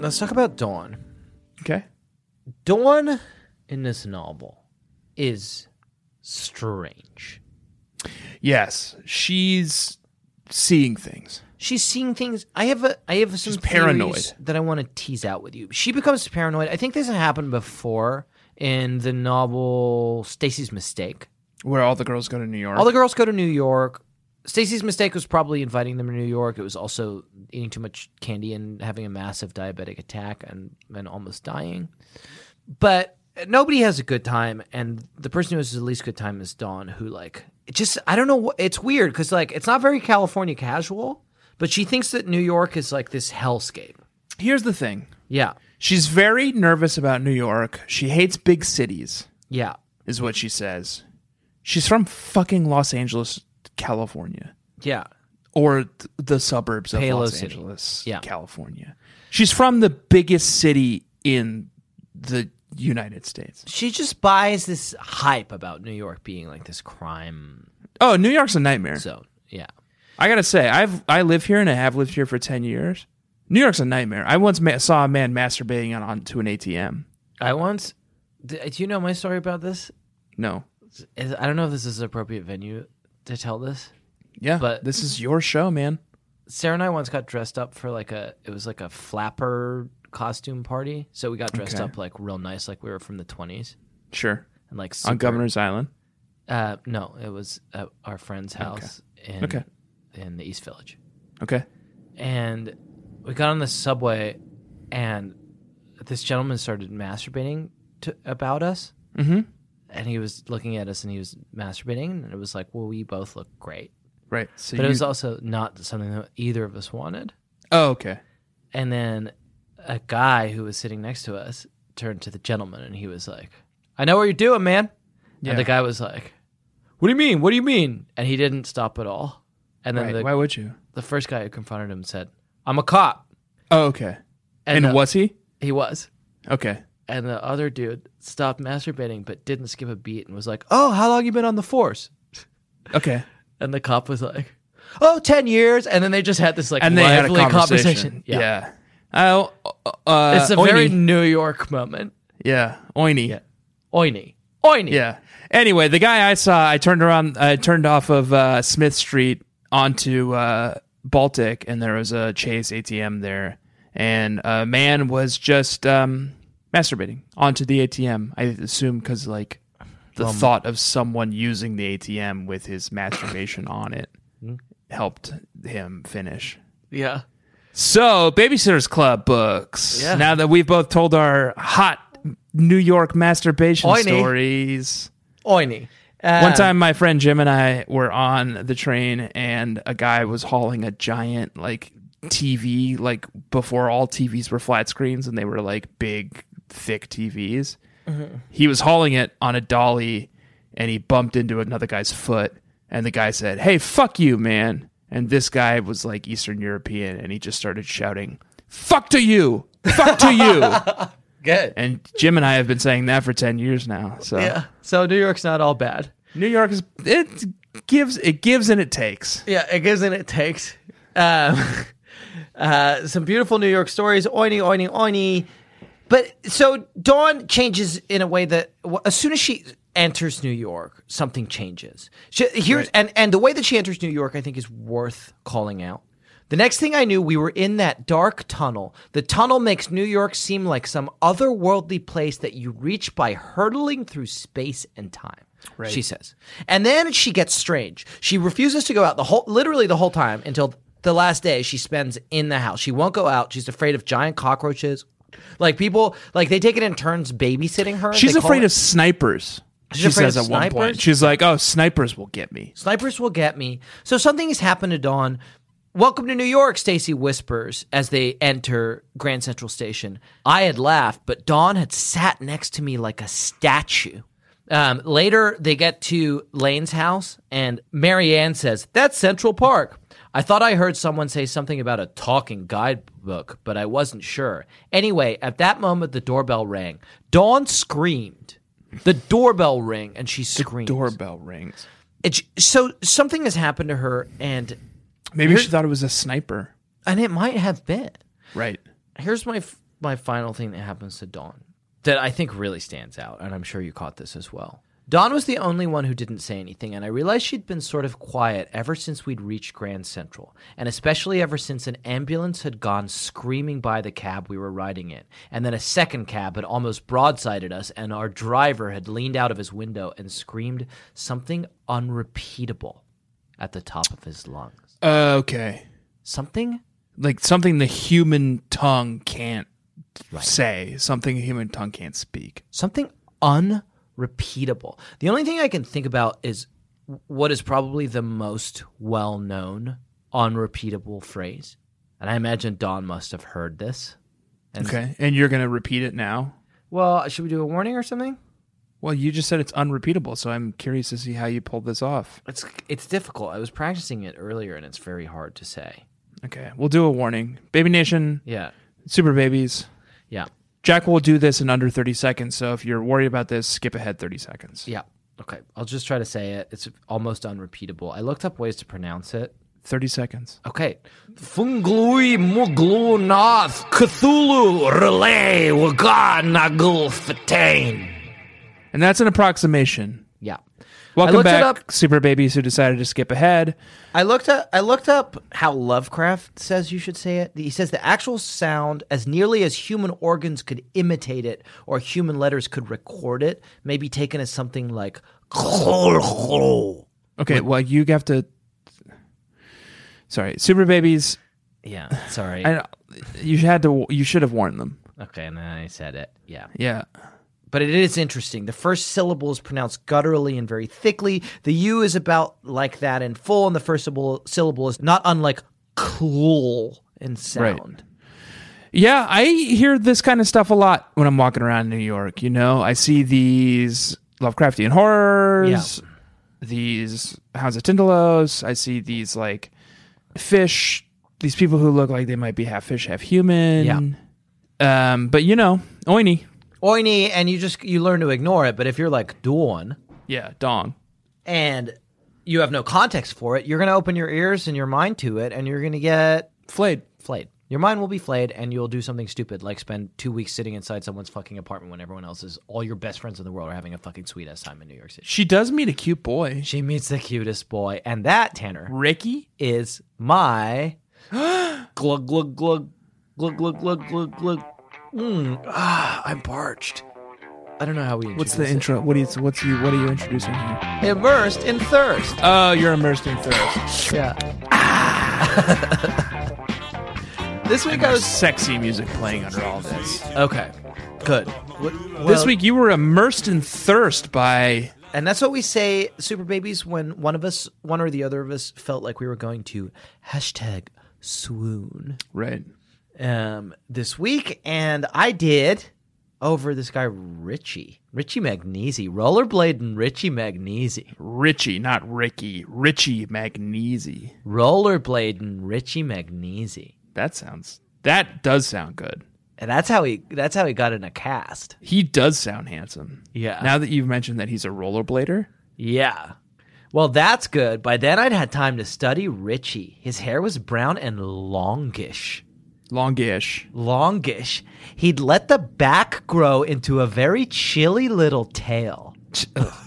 Let's talk about Dawn.
Okay.
Dawn in this novel is strange.
Yes, she's seeing things.
She's seeing things. I have a. I have some
She's paranoid.
theories that I want to tease out with you. She becomes paranoid. I think this had happened before in the novel Stacy's Mistake.
Where all the girls go to New York.
All the girls go to New York. Stacy's mistake was probably inviting them to New York. It was also eating too much candy and having a massive diabetic attack and, and almost dying. But nobody has a good time, and the person who has the least good time is Dawn, who like it just I don't know. what It's weird because like it's not very California casual, but she thinks that New York is like this hellscape.
Here's the thing.
Yeah,
She's very nervous about New York. She hates big cities,
yeah,
is what she says. She's from fucking Los Angeles, California,
yeah,
or th- the suburbs of
Palo
Los
City.
Angeles,
Yeah.
California. She's from the biggest city in the United States.
she just buys this hype about New York being like this crime
Oh, New York's a nightmare.
zone. Yeah,
I gotta say, I've I live here and I have lived here for ten years. New York's a nightmare. I once ma- saw a man masturbating on onto an ATM.
I once. d- Do you know my story about this?
No,
Is- I don't know if this is an appropriate venue to tell this.
yeah,
But-
but this is your show, man.
Sarah and I once got dressed up for like a. It was like a flapper costume party. So we got dressed
Okay.
up like real nice, like we were from the twenties,
Sure,
and like super,
on Governor's Island.
Uh, no, it was at our friend's house in
Okay.
in the East Village,
Okay,
and we got on the subway, and this gentleman started masturbating to, about us.
Mhm.
And he was looking at us, and he was masturbating, and it was like, well, we both look great.
right. So
but
you,
it was also not something that either of us wanted.
oh, okay.
And then a guy who was sitting next to us turned to the gentleman and he was like, I know what you're doing, man.
Yeah.
And the guy was like, What do you mean? What do you mean? And he didn't stop at all. And then
Right.
the,
Why would you?
the first guy who confronted him said, I'm a cop.
Oh, okay. And,
the-
was he?
He was.
Okay.
And the other dude stopped masturbating but didn't skip a beat and was like, Oh, how long you been on the force? [laughs]
Okay.
And the cop was like, Oh, 10 years. And then they just had this like
And they had a
lively
conversation. [laughs]
Yeah.
Yeah. Oh, uh,
It's a
oiny.
very New York moment.
yeah, oiny. Yeah.
Oiny. Oiny.
Yeah. Anyway, the guy I saw, I turned around, I turned off of uh, Smith Street onto uh, Baltic, and there was a Chase ATM there, and a man was just um, masturbating onto the ATM. I assume because like the
Um,
thought of someone using the ATM with his masturbation on it helped him finish.
Yeah.
So, Babysitter's Club books.
Yeah.
Now that we've both told our hot New York masturbation
Oiny.
stories.
Oiny. Uh,
One time, my friend Jim and I were on the train, and a guy was hauling a giant like TV, like before all TVs were flat screens, and they were like big, thick TVs.
Mm-hmm.
He was hauling it on a dolly, and he bumped into another guy's foot, and the guy said, "Hey, fuck you, man!" And this guy was like Eastern European, and he just started shouting, "Fuck to you! Fuck to you!"
[laughs] Good.
and Jim and I have been saying that for ten years now. So
Yeah. So New York's not all bad.
New York is it gives it gives and it takes.
Yeah, it gives and it takes.
[laughs]
Um, uh, some beautiful New York stories. Oiny, oiny, oiny. But so Dawn changes in a way that well, as soon as she enters New York, something changes. She, here's and and the way that she enters New York, I think, is worth calling out. The next thing I knew, we were in that dark tunnel. The tunnel makes New York seem like some otherworldly place that you reach by hurtling through space and time. She says, and then she gets strange. She refuses to go out the whole, literally the whole time until the last day she spends in the house. She won't go out. She's afraid of giant cockroaches. Like people, like they take it in turns babysitting her.
She's
They call
afraid
it-
of snipers.
She's
she
afraid
says
of
at one
snipers?
point, she's like, "Oh, snipers will get me."
snipers will get me. So something has happened to Dawn Welcome to New York, Stacy whispers as they enter Grand Central Station. I had laughed, but Dawn had sat next to me like a statue. Um, later, they get to Lane's house, and Marianne says, That's Central Park. I thought I heard someone say something about a talking guidebook, but I wasn't sure. Anyway, at that moment, the doorbell rang. Dawn screamed. The doorbell rang, and she screamed.
Doorbell rings.
so something has happened to her, and
Maybe she thought it was a sniper.
and it might have been.
Right.
Here's my f- my final thing that happens to Dawn that I think really stands out, and I'm sure you caught this as well. Dawn was the only one who didn't say anything, and I realized she'd been sort of quiet ever since we'd reached Grand Central, and especially ever since an ambulance had gone screaming by the cab we were riding in, and then a second cab had almost broadsided us, and our driver had leaned out of his window and screamed something unrepeatable at the top of his lungs.
Okay.
Something
Like something the human tongue can't say, something the human tongue can't speak.
something unrepeatable. The only thing I can think about is what is probably the most well known unrepeatable phrase. And I imagine Don must have heard this. And-
Okay. And you're going to repeat it now?
Well, should we do a warning or something?
Well, you just said it's unrepeatable, so I'm curious to see how you pulled this off.
It's it's difficult. I was practicing it earlier and it's very hard to say.
Okay. We'll do a warning. Baby Nation,
Yeah.
Super Babies.
Yeah.
Jack will do this in under 30 seconds, so if you're worried about this, skip ahead 30 seconds.
Yeah. Okay. I'll just try to say it. It's almost unrepeatable. I looked up ways to pronounce it.
30 seconds.
Okay. Funglui Muglua Nath Cthulhu Relay Waganagul Fatain.
And that's an approximation.
Yeah. I
Welcome
looked
back,
it up.
Super Babies who decided to skip ahead.
I looked up I looked up how Lovecraft says you should say it. He says the actual sound as nearly as human organs could imitate it or human letters could record it may be taken as something like [laughs]
Okay, well, you have to. Sorry, Super Babies.
Yeah, sorry.
I, you had to. You should have warned them.
okay, and then I said it. Yeah.
Yeah.
but it is interesting. The first syllable is pronounced gutturally and very thickly. The U is about like that in full, and the first syllable, syllable is not unlike cool in sound.
Yeah, I hear this kind of stuff a lot when I'm walking around New York. You know, I see these Lovecraftian horrors, these Hounds of Tindalos. I see these like fish, these people who look like they might be half fish, half human. Yeah. Um, but you know, oiny.
Oiny, and you just you learn to ignore it. But if you're like Dawn
Yeah, dong.
and you have no context for it, you're going to open your ears and your mind to it, and you're going to get
Flayed.
flayed. Your mind will be flayed, and you'll do something stupid like spend two weeks sitting inside someone's fucking apartment when everyone else is all your best friends in the world are having a fucking sweet ass time in New York City.
She does meet a cute boy.
She meets the cutest boy, and that Tanner
Ricky?
is my [gasps] glug glug glug glug glug glug glug glug. Mm, ah, I'm parched. I don't know how we.
What's the
introduce
intro? What is what's you what are you introducing here?
it. immersed in thirst?
Oh, you're immersed in thirst. [laughs]
Yeah. this week I
There's
was
sexy music playing under all this.
okay. Good. What-
this
well-
week you were immersed in thirst by
And that's what we say, super babies, when one of us, one or the other of us, felt like we were going to hashtag swoon.
right.
um, this week, and I did over this guy Richie, Richie Magnesi, rollerblading Richie Magnesi,
Richie, not Ricky. Richie Magnesi.
rollerblading Richie Magnesi,
That sounds that does sound good.
and that's how he that's how he got in a cast.
He does sound handsome.
Yeah.
Now that you've mentioned that he's a rollerblader,
Yeah. Well, that's good. By then, I'd had time to study Richie. His hair was brown and longish.
[laughs] longish.
Longish. He'd let the back grow into a very chilly little tail.
oh,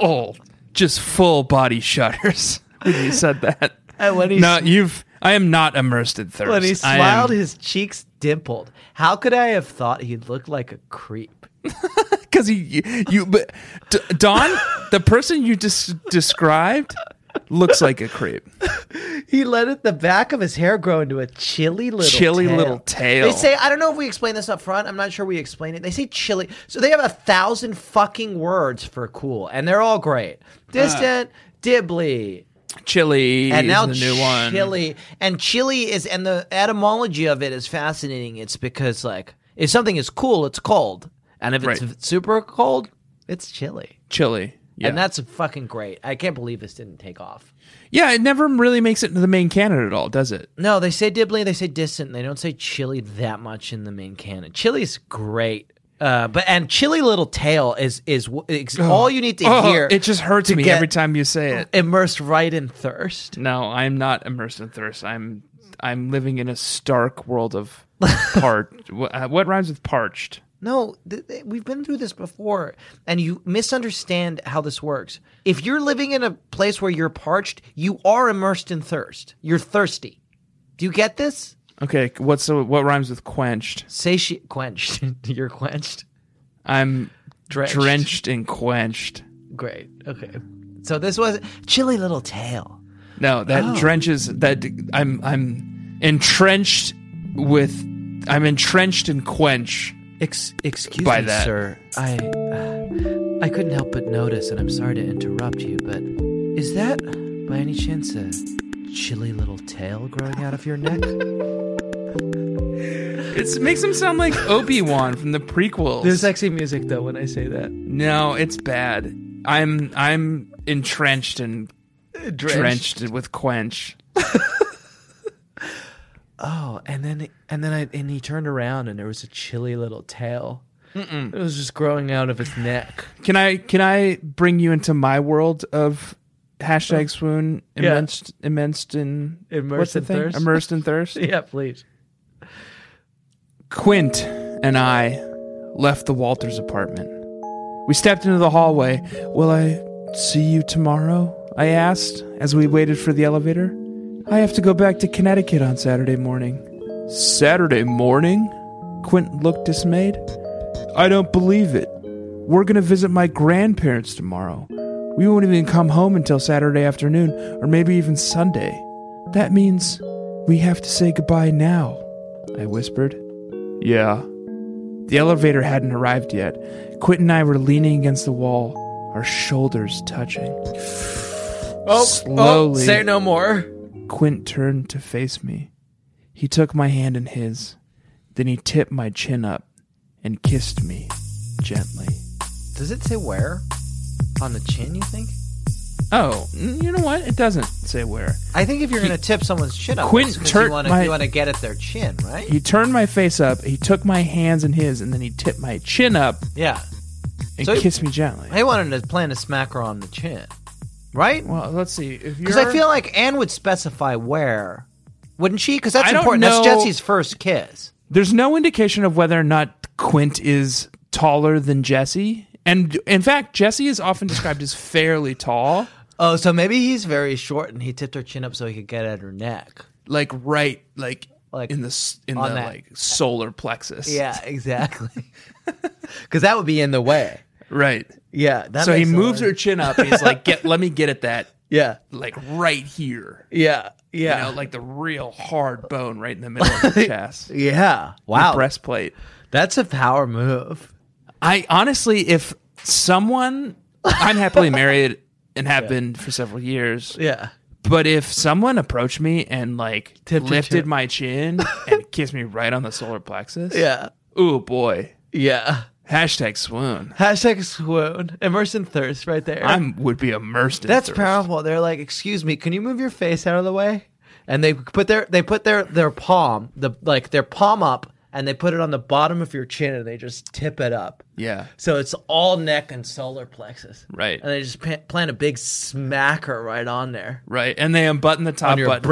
oh, just full body shudders [laughs] when you said [laughs] that.
And when he
no, you've. I am not immersed in thirst.
When
I
he
am-
smiled, his cheeks dimpled. How could I have thought he looked like a creep?
because he you but D- Don, the person you just described looks like a creep.
He let it, the back of his hair grow into a chilly little
Chilly
tail.
little tail.
They say I don't know if we explain this up front. I'm not sure we explain it. They say chilly, so they have a thousand fucking words for cool, and they're all great. Distant, dibbly,
Chili
and now
is the new one.
chili and chili is and the etymology of it is fascinating it's because like if something is cool it's cold and if it's
Right.
super cold it's chilly
chili. Yeah.
and that's fucking great i can't believe this didn't take off
yeah, it never really makes it into the main canon at all, does it?
no they say dibbly they say distant they don't say chili that much in the main canon chili's great uh, but and chili little tail is is, w- is all you need to
Oh,
hear
it just hurts
to
me
get
every time you say it.
immersed right in thirst
No, I'm not immersed in thirst. I'm I'm living in a stark world of parched. what, uh, what rhymes with parched?
No, th- th- we've been through this before, and you misunderstand how this works. If you're living in a place where you're parched, you are immersed in thirst. You're thirsty. Do you get this?
Okay, what's the, what rhymes with quenched?
Satiate quenched. [laughs] you're quenched.
I'm
Drenched.
drenched and quenched.
Great. Okay. So this was chilly little tale.
No, that
Oh.
drenches that I'm I'm entrenched with I'm entrenched in quench.
Ex- excuse
By
me,
that.
sir. I uh, I couldn't help but notice, and I'm sorry to interrupt you, but is that by any chance a chilly little tail growing out of your neck?
It's, it makes him sound like Obi-Wan from the prequels.
[laughs] There's sexy music though when I say that.
no, it's bad. I'm I'm entrenched and drenched, with quench.
Oh, and then and then I and he turned around and there was a chilly little tail. It was just growing out of his neck.
Can I can I bring you into my world of hashtag swoon
Oh. Yeah.
immersed immersed in
Immersed
what's the
in
thing?
thirst?
immersed in thirst?
[laughs] yeah, please.
Quint and I left the Walters apartment. We stepped into the hallway. Will I see you tomorrow? I asked as we waited for the elevator. I have to go back to Connecticut on Saturday morning. Saturday morning? Quint looked dismayed. I don't believe it. We're going to visit my grandparents tomorrow. We won't even come home until Saturday afternoon, or maybe even Sunday. That means we have to say goodbye now, I whispered. Yeah. The elevator hadn't arrived yet. Quint and I were leaning against the wall, our shoulders touching.
Oh,
Slowly.
say no more.
Quint turned to face me. He took my hand in his. Then he tipped my chin up and kissed me gently.
Does it say where? On the chin, you think?
Oh, you know what? It doesn't say where.
I think if you're going to tip someone's chin up,
Quint
it's 'cause
Tur-
you want
my-
to you want to get at their chin, right?
He turned my face up, he took my hands in his, and then he tipped my chin up
yeah.
and
So he-
kissed me gently.
I wanted to plan to smack her on the chin, right?
well, let's see. If you're
Because I feel like Anne would specify where, wouldn't she? Because that's
I don't
important. That's
know-
Jesse's first kiss.
There's no indication of whether or not Quint is taller than Jesse. And in fact, Jesse is often described
[laughs]
as fairly tall,
Oh, so maybe he's very short and he tipped her chin up so he could get at her neck.
like right like,
Like,
in the s- in the
on that-
like solar plexus.
Yeah, [laughs] exactly. Because that would be in the way.
Right.
Yeah. That
so he
makes a lot
moves
of-
her chin up. He's like, "Get let me get at that
Yeah.
like right here."
Yeah.
You
Yeah.
know, like the real hard bone right in the middle of
[laughs]
the chest. the
yeah. Wow.
breastplate.
That's a power move.
I honestly, if someone, I'm
[laughs]
happily married and have been for several years.
Yeah.
But if someone approached me and like
Tipped your
lifted
chin.
my
[laughs]
chin and kissed me right on the solar plexus,
Yeah.
ooh boy,
Yeah.
hashtag swoon.
Hashtag swoon. Immerse in thirst right there.
I'm would be immersed. In
That's
thirst.
powerful. They're like, excuse me, can you move your face out of the way? And they put their they put their their palm, the like their palm up and they put it on the bottom of your chin and they just tip it up.
Yeah,
So it's all neck and solar plexus.
Right.
And they just pa- plant a big smacker right on there.
right. And they unbutton the top
On your
button of my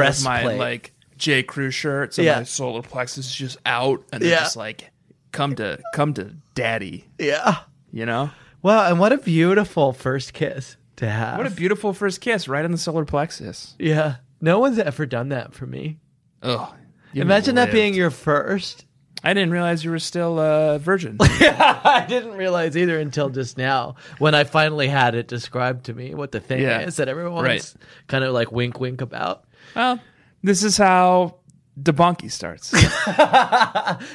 breastplate.
like J Crew shirt, so
Yeah.
my solar plexus is just out, and they're
Yeah.
just like, "Come to, come to, daddy,"
Yeah.
you know.
Wow, and what a beautiful first kiss to have.
What a beautiful first kiss, right on the solar plexus.
yeah. No one's ever done that for me.
Ugh.
Imagine that being your first.
I didn't realize you were still a virgin. [laughs]
[laughs] I didn't realize either until just now when I finally had it described to me what the thing
Yeah.
is that everyone's
Right.
kind of like wink wink about.
Well, this is how debonky starts.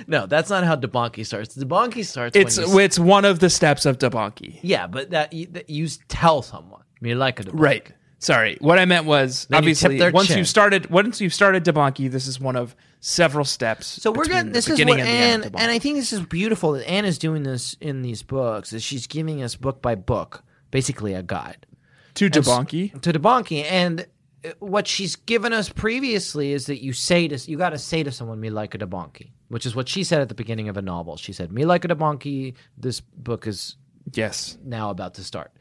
No, that's not how debonky starts. Debonky starts
it's
when you,
it's one of the steps of debonky.
yeah, but that you, that you tell someone. You're like a debonky.
Right. Sorry, what I meant was
Then you tip
obviously
their
once
chin.
you've started once you've started debonky, this is one of several steps.
So we're
between
gonna.
the
This is
beginning and,
what Anne,
the end of
and I
debonky.
think this is beautiful that Anne is doing this in these books. Is she's giving us book by book, basically a guide
to
And s-
debonky.
to debonky. And uh, what she's given us previously is that you say to you got to say to someone, "Me like a debonky," which is what she said at the beginning of a novel. She said, "Me like a debonky." This book is
Yes,
now about to start.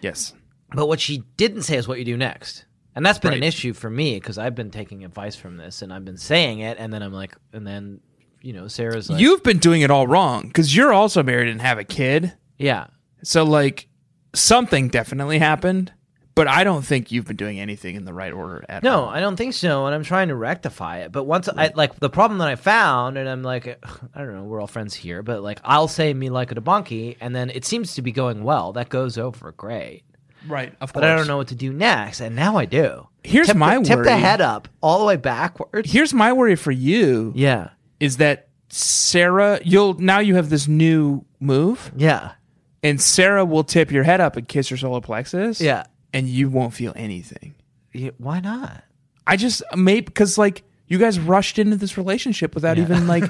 yes.
But what she didn't say is what you do next. And that's been an
Right.
issue for me because I've been taking advice from this and I've been saying it. And then I'm like, and then, you know, Sarah's like,
You've been doing it all wrong because you're also married and have a kid.
yeah.
So like something definitely happened, but I don't think you've been doing anything in the right order at all.
No, I don't think so. And I'm trying to rectify it. But once I like the problem that I found, and I'm like, I don't know, we're all friends here, but like I'll say me like a debunky. And then it seems to be going well. That goes over great.
Right, of course.
But I don't know what to do next. And now I do.
Here's
tip
my
the, Tip the
worry.
head up all the way backwards.
Here's my worry for you
yeah.
is that Sarah, you'll now you have this new move,
Yeah.
and Sarah will tip your head up and kiss your solar plexus.
Yeah.
and you won't feel anything.
yeah. Why not?
I just maybe because like you guys rushed into this relationship without even
[laughs]
like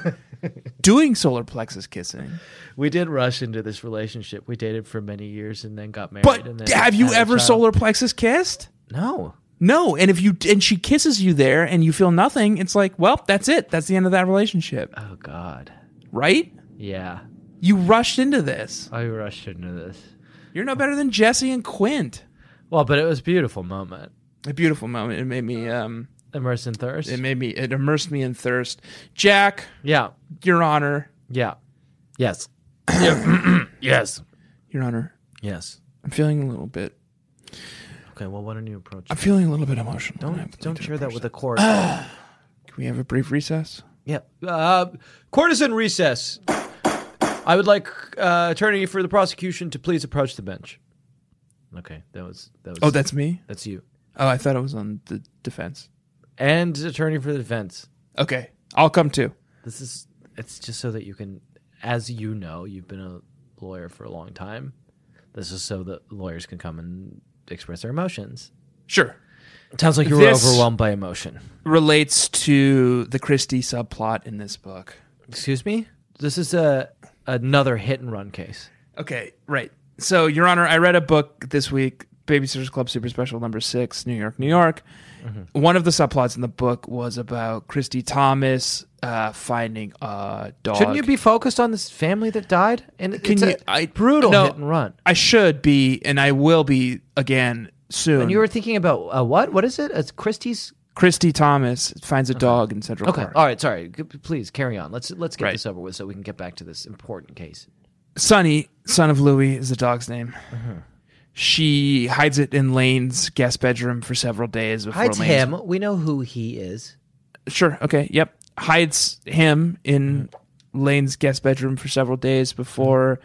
doing solar plexus kissing.
We did rush into this relationship. We dated for many years and then got married. and
But
then
have you
had a
ever
child.
solar plexus kissed?
No.
No, and if you and she kisses you there and you feel nothing, it's like, well, that's it. That's the end of that relationship,
Oh God.
right?
Yeah,
You rushed into this.
I rushed into this.
You're no better than Jesse and Quint.
Well, but it was a beautiful moment.
A beautiful moment. It made me um
Immersed in thirst.
it made me it immersed me in thirst. Jack,
yeah.
your honor.
Yeah. [coughs] Yes. [coughs] yes.
Your honor.
Yes.
I'm feeling a little bit
Okay. Well, why don't you approach?
I'm feeling a little bit emotional. I
Don't
have-
don't share that with a [coughs] chord.
Can we have a brief recess?
yep. Uh, court is in recess. I would like uh, attorney for the prosecution to please approach the bench. Okay, that was that was.
Oh, that's me?
that's you.
Oh, I thought it was on the defense.
And attorney for the defense.
Okay. I'll come too.
This is it's just so that you can as you know, you've been a lawyer for a long time. This is so that lawyers can come and express their emotions.
Sure.
Sounds like you were
This-
overwhelmed by emotion.
Relates to the Christie subplot in this book.
Excuse me? This is a another hit and run case.
Okay, right. So, Your Honor, I read a book this week, Babysitters Club Super Special Number Six, New York, New York. One of the subplots in the book was about Christy Thomas uh, finding a dog.
Shouldn't you be focused on this family that died? And it-
Can
it's
you-
a
I-
brutal
no.
hit and run.
I should be, and I will be again soon.
And you were thinking about uh, what? What is it? It's Christie's.
Christy Thomas finds a dog in Central
Okay,
Park.
all right. Sorry. G- Please carry on. Let's let's get
Right.
this over with so we can get back to this important case.
Sonny, son of Louis, is the dog's name.
Uh-huh.
She hides it in Lane's guest bedroom for several days before
Hides
Lane's
him. We know who he is.
Sure. Okay. Yep. Hides him in Lane's guest bedroom for several days before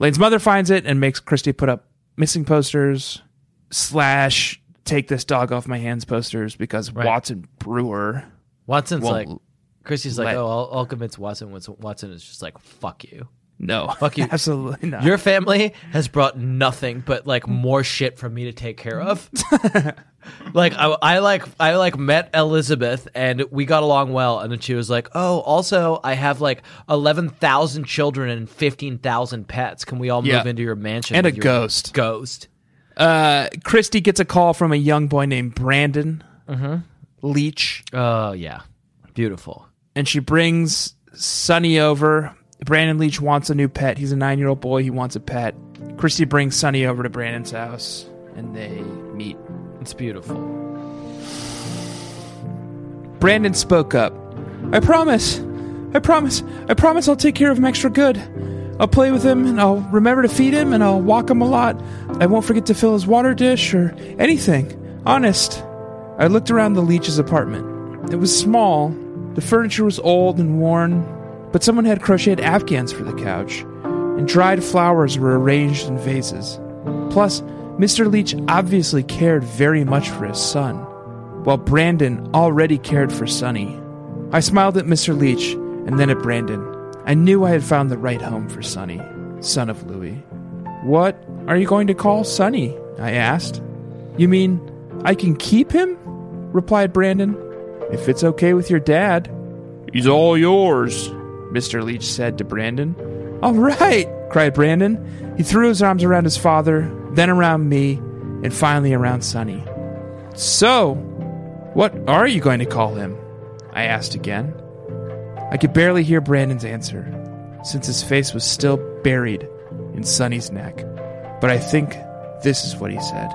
Lane's mother finds it and makes Christy put up missing posters slash take this dog off my hands posters because
Right.
Watson Brewer.
Watson's
won't
like,
l-
Christie's
let-
like, oh, I'll, I'll convince Watson. Wats- Watson is just like, fuck you.
No.
[laughs] Fuck you.
[laughs] Absolutely not.
Your family has brought nothing but like more shit for me to take
[laughs]
care of. like I, I like I like met Elizabeth and we got along well, and then she was like, oh, also I have like eleven thousand children and fifteen thousand pets. Can we all
Yeah.
move into your mansion
And
with
a
your
ghost.
Ghost.
uh, Christy gets a call from a young boy named Brandon Leach,
Oh yeah, beautiful.
and she brings Sonny over. Brandon Leach wants a new pet. He's a nine year old boy. He wants a pet. Christy brings Sonny over to Brandon's house, and they meet.
It's beautiful.
Brandon spoke up. I promise. I promise. I promise I'll take care of him extra good. I'll play with him and I'll remember to feed him and I'll walk him a lot. I won't forget to fill his water dish or anything. Honest. I looked around the leech's apartment. It was small. The furniture was old and worn, but someone had crocheted afghans for the couch, and dried flowers were arranged in vases. Plus, Mr. Leach obviously cared very much for his son while Brandon already cared for Sonny. I smiled at Mr. Leach and then at Brandon. I knew I had found the right home for Sonny, son of Louis. What are you going to call Sonny? I asked. You mean I can keep him? replied Brandon. If it's okay with your dad. He's all yours, Mr. Leach said to Brandon. All right, cried Brandon. He threw his arms around his father, then around me, and finally around Sonny. So, what are you going to call him? I asked again. I could barely hear Brandon's answer, since his face was still buried in Sonny's neck. But I think this is what he said.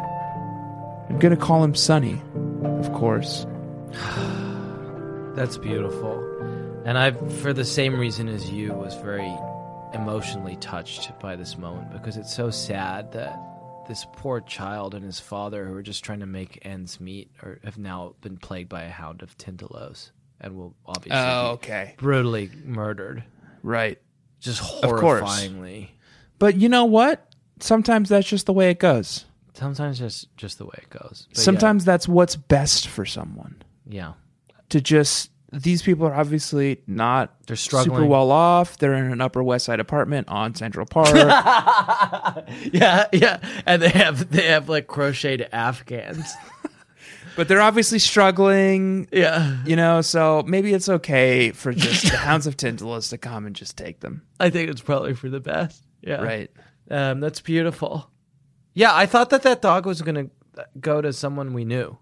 I'm going to call him Sonny, of course.
That's beautiful. And I, for the same reason as you, was very emotionally touched by this moment because it's so sad that this poor child and his father, who are just trying to make ends meet, are, have now been plagued by a hound of Tindalos and will obviously be
okay.
brutally murdered.
Right.
Just
Of course.
horrifyingly.
But you know what? Sometimes that's just the way it goes.
Sometimes just just the way it goes. But yeah,
Sometimes that's what's best for someone.
yeah.
To just these people are obviously not
They're
super
struggling.
well off. They're in an upper west side apartment on Central
[laughs]
Park.
Yeah, yeah, and they have they have like crocheted afghans. [laughs]
but they're obviously struggling.
yeah,
You know, so maybe it's okay for just the hounds of Tindalos to come and just take them.
I think it's probably for the best. Yeah,
Right.
Um, that's beautiful. Yeah, I thought that that dog was gonna go to someone we knew.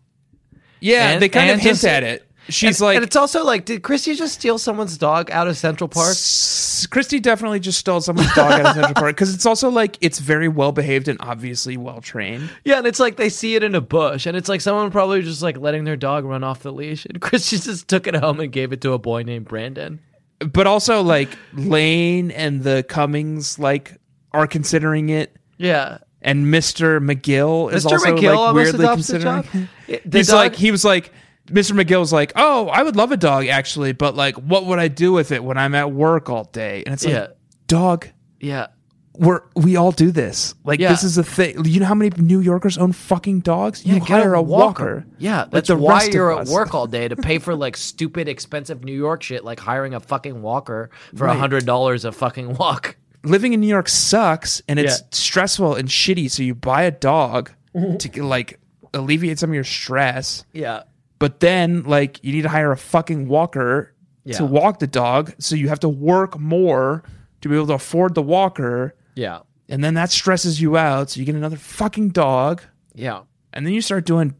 Yeah,
And-
they kind of
and
hint
just-
at it. She's
and,
like
and it's also like, did Christy just steal someone's dog out of Central Park?
S- Christy definitely just stole someone's dog out of Central Park because it's also like it's very well behaved and obviously well trained.
Yeah, and it's like they see it in a bush, and it's like someone probably just like letting their dog run off the leash, and [laughs] Christy just took it home and gave it to a boy named Brandon.
But also like Lane and the Cummings like are considering it,
Yeah,
and Mister McGill is
Mr.
also
McGill
like
almost
weirdly
adopts the
considering. [laughs]
dog? It- the
He's
dog-
like he was like Mister McGill's like, oh, I would love a dog actually, but like, what would I do with it when I'm at work all day? And it's like,
Yeah.
dog.
yeah.
we're we all do this. Like
Yeah.
this is a thing. You know how many New Yorkers own fucking dogs? You
get
hire a walker.
Yeah,
Like
that's
the
why
rest of
you're at
us.
work all day to pay for like stupid, expensive New York shit, like hiring a fucking walker for a hundred dollars a fucking walk.
Living in New York sucks and it's
Yeah.
stressful and shitty. So you buy a
[laughs]
dog to like alleviate some of your stress.
Yeah,
But then like you need to hire a fucking walker
Yeah.
to walk the dog. So you have to work more to be able to afford the walker.
yeah,
And then that stresses you out. So you get another fucking dog.
yeah.
And then you start doing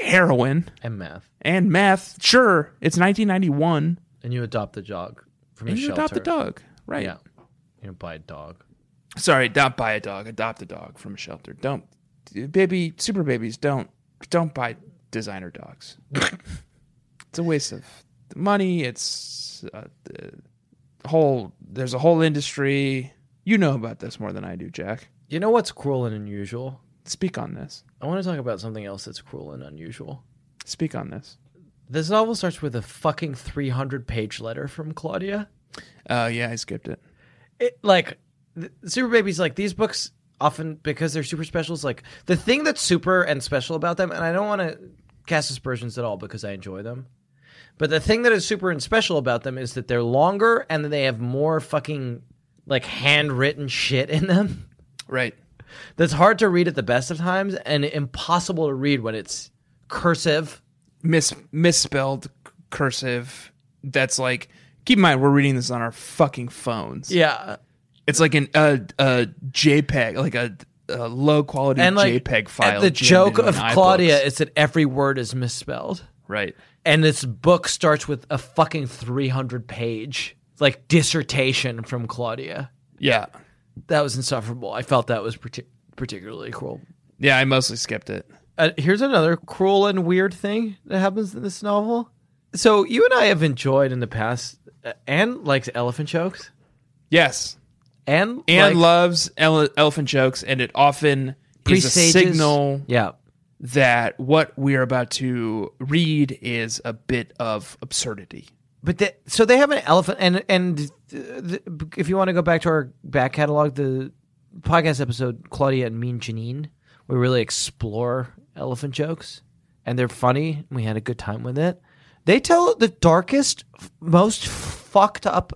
heroin.
And math,
and meth. Sure, it's 1991,
and you adopt the dog from
and
a
you
shelter.
adopt a dog, right?
Yeah, you know, buy a dog.
Sorry, don't buy a dog. Adopt a dog from a shelter. Don't, baby, super babies. Don't, don't buy designer dogs. it's a waste of money. It's uh, the whole. There's a whole industry. You know about this more than I do, Jack.
You know what's cruel and unusual?
Speak on this.
I want to talk about something else that's cruel and unusual.
Speak on this.
This novel starts with a fucking 300 page letter from Claudia.
Oh yeah, I skipped it.
it, like th- super babies like these books often because they're super specials like the thing that's super and special about them and i don't want to cast aspersions at all because i enjoy them but the thing that is super and special about them is that they're longer and that they have more fucking like handwritten shit in them
Right.
that's hard to read at the best of times and impossible to read when it's cursive
mis misspelled c- cursive that's like keep in mind we're reading this on our fucking phones
yeah
it's like an a, a jpeg like a, a low quality
and like
jpeg file
the
jammed
joke
into
of
an
claudia
iBooks.
is that every word is misspelled
right
and this book starts with a fucking 300 page like dissertation from claudia
yeah
that was insufferable i felt that was parti particularly cruel
yeah i mostly skipped it
uh, here's another cruel and weird thing that happens in this novel so you and i have enjoyed in the past uh, and liked elephant jokes
yes
and
anne
liked
loves ele- elephant jokes and it often is a
presages.
signal
yeah
that what we are about to read is a bit of absurdity
but the, so they have an elephant and and uh, th if you want to go back to our back catalog the podcast episode claudia and mean janine we really explore elephant jokes and they're funny and we had a good time with it they tell the darkest f- most fucked up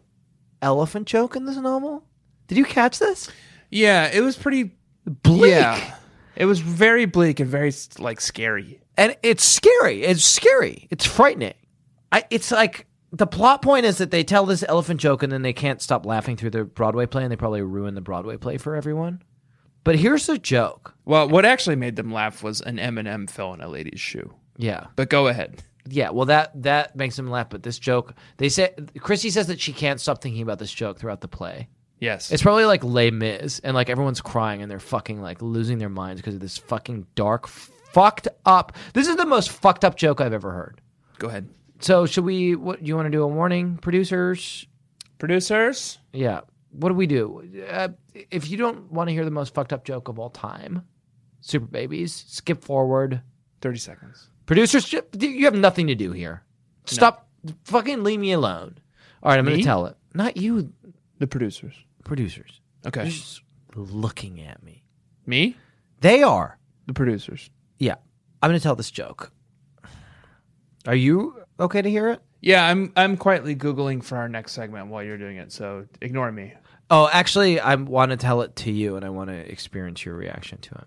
elephant joke in this novel did you catch this
yeah it was pretty
bleak
Yeah. It was very bleak and very like scary.
and it's scary. It's scary. It's frightening. I, it's like the plot point is that they tell this elephant joke and then they can't stop laughing through the Broadway play and they probably ruin the Broadway play for everyone. But here's the joke.
Well, what actually made them laugh was an M fell in a lady's shoe.
Yeah.
But go ahead.
Yeah, well that that makes them laugh, but this joke, they say Chrissy says that she can't stop thinking about this joke throughout the play.
Yes.
It's probably like Les Mis, and like everyone's crying and they're fucking like losing their minds because of this fucking dark, fucked up. This is the most fucked up joke I've ever heard.
go ahead.
So should we? What you want to do? A warning, producers?
Producers,
Yeah. What do we do? Uh, if you don't want to hear the most fucked up joke of all time, Super Babies, skip forward.
30 seconds.
Producers, ju- you have nothing to do here. Stop. Fucking leave me alone. All right, I'm going
Me?
to tell it. Not you,
The producers.
producers.
Okay.
Just looking at me.
Me?
They are.
The producers.
Yeah. I'm going to tell this joke. Are you okay to hear it?
Yeah, I'm I'm quietly googling for our next segment while you're doing it, so ignore me.
Oh, actually, I want to tell it to you and I want to experience your reaction to it.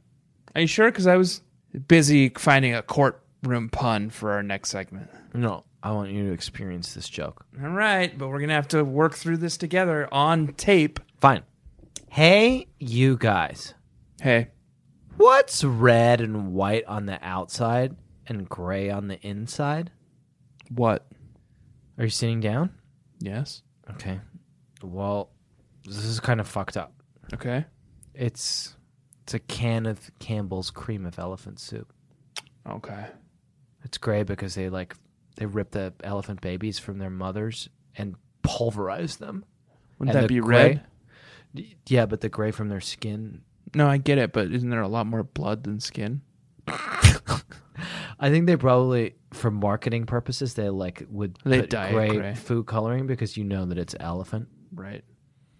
Are you sure? Because I was busy finding a courtroom pun for our next segment.
No, I want you to experience this joke.
All right, but we're gonna have to work through this together on tape.
Fine. Hey, you guys.
Hey,
What's red and white on the outside and gray on the inside?
what?
Are you sitting down?
Yes.
Okay. Well, this is kind of fucked up.
Okay.
It's it's a can of Campbell's cream of elephant soup.
Okay.
It's gray because they like they rip the elephant babies from their mothers and pulverize them.
Wouldn't
And
that
the
be
gray-
red?
Yeah, but the gray from their skin.
No, I get it, but isn't there a lot more blood than skin?
I think they probably for marketing purposes they like would
They
put
dye it
gray,
gray.
food coloring because you know that it's elephant.
Right.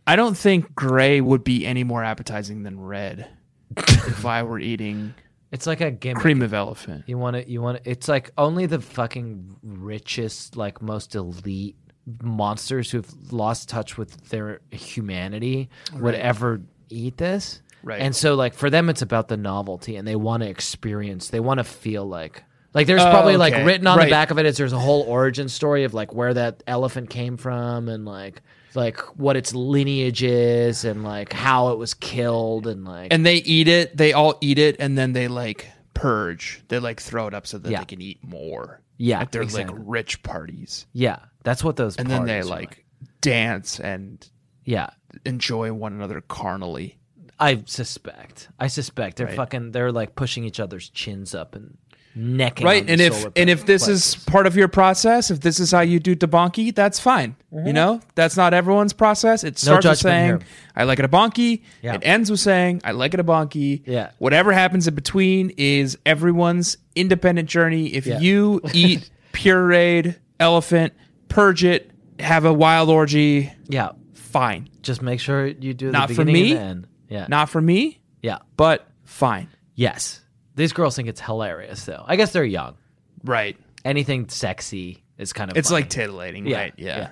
I don't think gray would be any more appetizing than red [laughs] if I were eating
It's like a gimmick.
cream of elephant.
You want to, you want to, it's like only the fucking richest, like most elite monsters who've lost touch with their humanity would ever eat this.
Right.
And so, like, for them, it's about the novelty and they want to experience, they want to feel like, like, there's probably like
Oh, okay.
written on
Right.
the back of it is there's a whole origin story of like where that elephant came from and like, like what its lineage is and like how it was killed and like,
And they eat it, they all eat it, and then they like purge. They like throw it up so that
Yeah.
they can eat more.
Yeah,
At their
exactly.
like rich parties.
yeah, that's what those
And then they
parties are
like dance and
yeah.
enjoy one another carnally.
I suspect. I suspect they're fucking. They're like pushing each other's chins up and necking.
right
on the
and if
solar
and if this
plexus.
is part of your process if this is how you do debonki that's fine you know that's not everyone's process it starts with
Mm-hmm. judgment
saying
here.
i like it a bonky
Yeah.
it ends with saying i like it a bonky
Yeah.
whatever happens in between is everyone's independent journey if [laughs]
Yeah.
you eat pureed elephant purge it have a wild orgy
yeah,
fine
just make sure you do
Not
the
for
beginning
me.
and the end. Yeah,
not for me
yeah,
but fine
yes. These girls think it's hilarious, though. I guess they're young.
right
Anything sexy is kind of.
It's
funny.
like titillating,
Yeah,
right? Yeah.
yeah.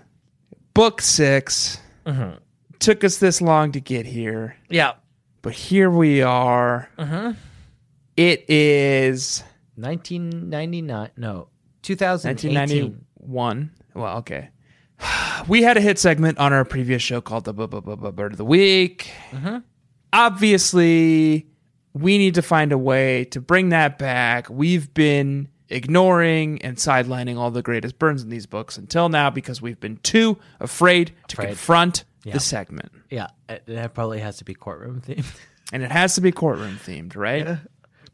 Book 6 Took us this long to get here,
yeah,
but here we are. It is
nineteen ninety nine. No, two thousand eighteen.
1991. Well, okay. [sighs] We had a hit segment on our previous show called the Bu- Bu- Bu- Bu- Bird of the Week. Obviously, we need to find a way to bring that back. We've been ignoring and sidelining all the greatest burns in these books until now because we've been too afraid to
Afraid.
confront
Yeah.
the segment.
Yeah, it- that probably has to be courtroom themed. [laughs]
And it has to be courtroom themed, right?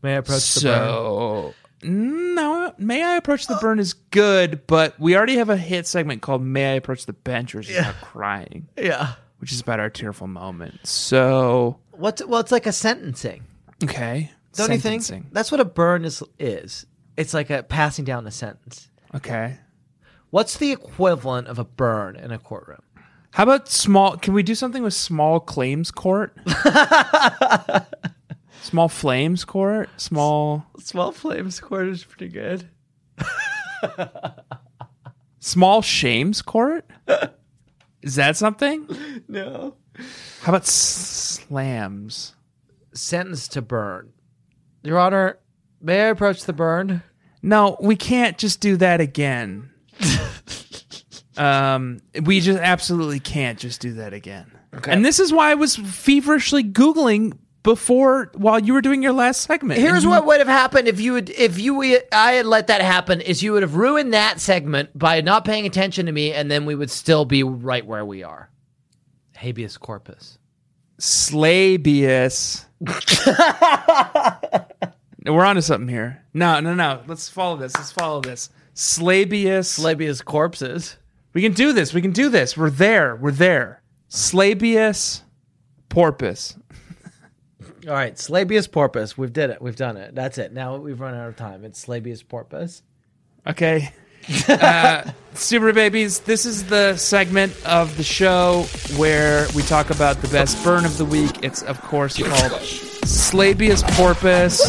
May I approach the burn?
so no may i approach the burn is good but we already have a hit segment called may i approach the bench which is about crying
Yeah.
which is about our tearful moment so
What's well? It's like a sentencing.
okay
Don't you
sentencing.
think? That's what a burn is is. It's like a passing down a sentence.
okay
What's the equivalent of a burn in a courtroom?
how about small can we do something with small claims court small flames court small
Small flames court is pretty good.
small shames court is that something
No.
how about s- slams
Sentence to burn. Your Honor, may I approach the burn?
No, we can't just do that again. um, we just absolutely can't just do that again. Okay. And this is why I was feverishly googling before while you were doing your last segment.
Here's
And-
what would have happened if you would, if you I had let that happen is you would have ruined that segment by not paying attention to me, and then we would still be right where we are. Habeas corpus.
Slabius. We're onto something here. No, no, no. Let's follow this. Let's follow this. Slabius.
Habeas corpses.
we can do this. We can do this. We're there. We're there. Slabius porpoise.
All right, slabius porpoise. We've did it. We've done it. That's it. Now we've run out of time. It's slabius porpoise.
Okay. uh, Super Babies, this is the segment of the show where we talk about the best burn of the week. It's, of course, called Slabius Porpoise.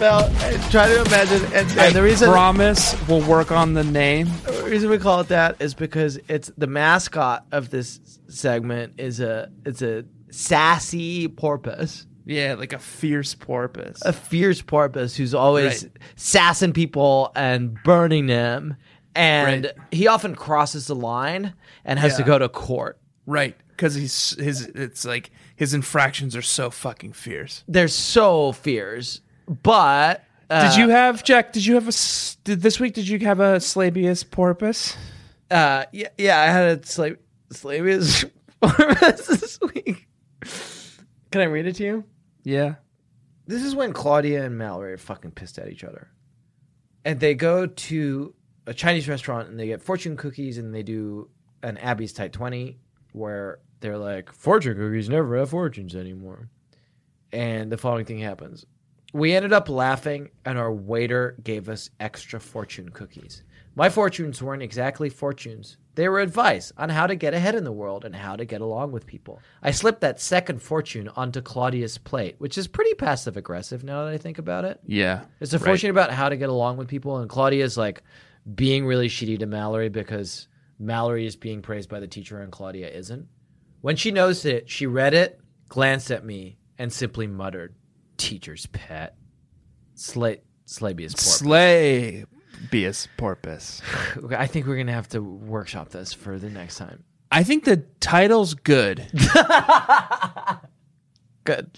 Well, try to imagine, and, and the reason
Promise we'll work on the name.
the reason we call it that is because it's the mascot of this segment is a it's a sassy porpoise.
Yeah, like a fierce porpoise.
a fierce porpoise who's always
Right.
sassing people and burning them. And
Right.
he often crosses the line and has to
Yeah.
go to court.
Right, because he's his. It's like his infractions are so fucking fierce.
They're so fierce. But uh,
did you have Jack? Did you have a? s- Did this week? Did you have a Slabius porpoise?
uh, yeah, yeah, I had a slave slavius porpoise [laughs] this week. Can I read it to you?
Yeah.
This is when Claudia and Mallory are fucking pissed at each other. And they go to a Chinese restaurant and they get fortune cookies and they do an Abby's Tight 20 where they're like, fortune cookies never have fortunes anymore. And the following thing happens. We ended up laughing and our waiter gave us extra fortune cookies. My fortunes weren't exactly fortunes. They were advice on how to get ahead in the world and how to get along with people. I slipped that second fortune onto Claudia's plate, which is pretty passive aggressive now that I think about it.
Yeah.
It's a fortune about how to get along with people, and Claudia's like being really shitty to Mallory because Mallory is being praised by the teacher and Claudia isn't. When she noticed it, she read it, glanced at me, and simply muttered, "Teacher's pet." Slay, Slabius porpoise.
Slabius porpoise.
Okay, I think we're gonna have to workshop this for the next time.
I think the title's good.
Good.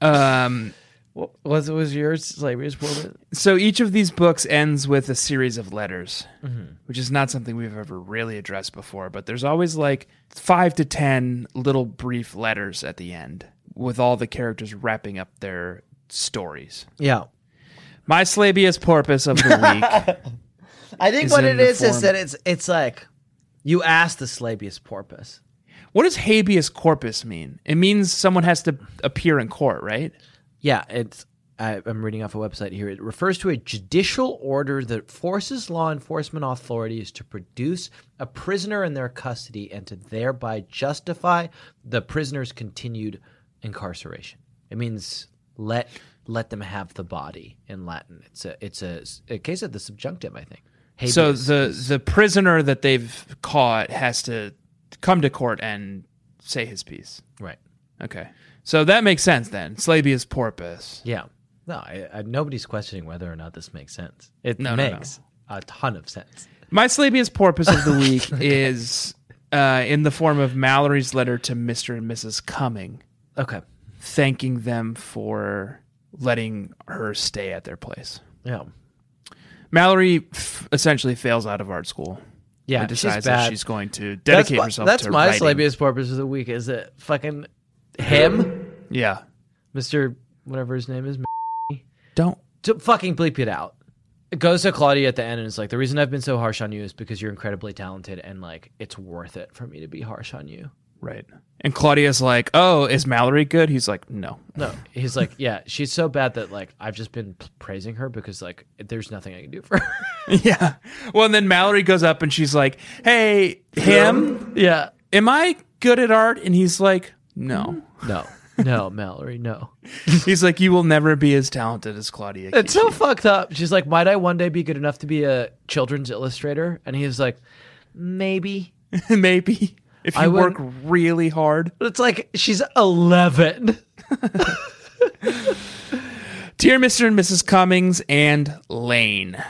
Um.
What was was yours, Slabius porpoise?
So each of these books ends with a series of letters,
Mm-hmm.
which is not something we've ever really addressed before, but there's always like five to 10 little brief letters at the end with all the characters wrapping up their stories.
Yeah.
My Slabius porpoise of
[laughs]
the week.
I think
Is
what
it
it
in the
is is
form-
that it's it's like you asked the Slabius porpoise.
What does habeas corpus mean? It means someone has to appear in court, right?
Yeah, it's. I, I'm reading off a website here. It refers to a judicial order that forces law enforcement authorities to produce a prisoner in their custody and to thereby justify the prisoner's continued incarceration. It means let let them have the body in Latin. It's a it's a, a case of the subjunctive, I think. Habeas.
So the the prisoner that they've caught has to come to court and say his piece.
right,
Okay. So that makes sense then. Slabius porpoise.
yeah. No, I, I, nobody's questioning whether or not this makes sense. It
No, no, no.
makes a ton of sense.
My Slabius porpoise of [laughs] the week is uh, in the form of Mallory's letter to Mr. and Mrs. Cumming,
Okay.
thanking them for letting her stay at their place.
Yeah.
Mallory f- essentially fails out of art school.
Yeah.
and decides
she's
that
bad.
she's going to dedicate
that's, my-
herself
that's
to
my
writing.
Slabius porpoise of the week. Is it fucking him,
Yeah.
Mister whatever his name is?
Don't.
To fucking bleep it out. It goes to Claudia at the end and it's like, the reason I've been so harsh on you is because you're incredibly talented and like it's worth it for me to be harsh on you.
Right. And Claudia's like, oh, is Mallory good? He's like, no.
No, he's like, yeah, she's so bad that like I've just been p- praising her because like there's nothing I can do for her. [laughs]
[laughs] Yeah. Well, and then Mallory goes up and she's like, hey, him,
yeah,
am I good at art? And he's like, no.
no, no, Mallory, no.
[laughs] He's like, you will never be as talented as Claudia.
[laughs]
[laughs]
It's
Keene."
so fucked up. She's like, might I one day be good enough to be a children's illustrator? And he's like, maybe.
maybe if you
I
work
wouldn't-
really hard.
It's like she's 11.
Dear Mr. and Mrs. Cummings and Lane,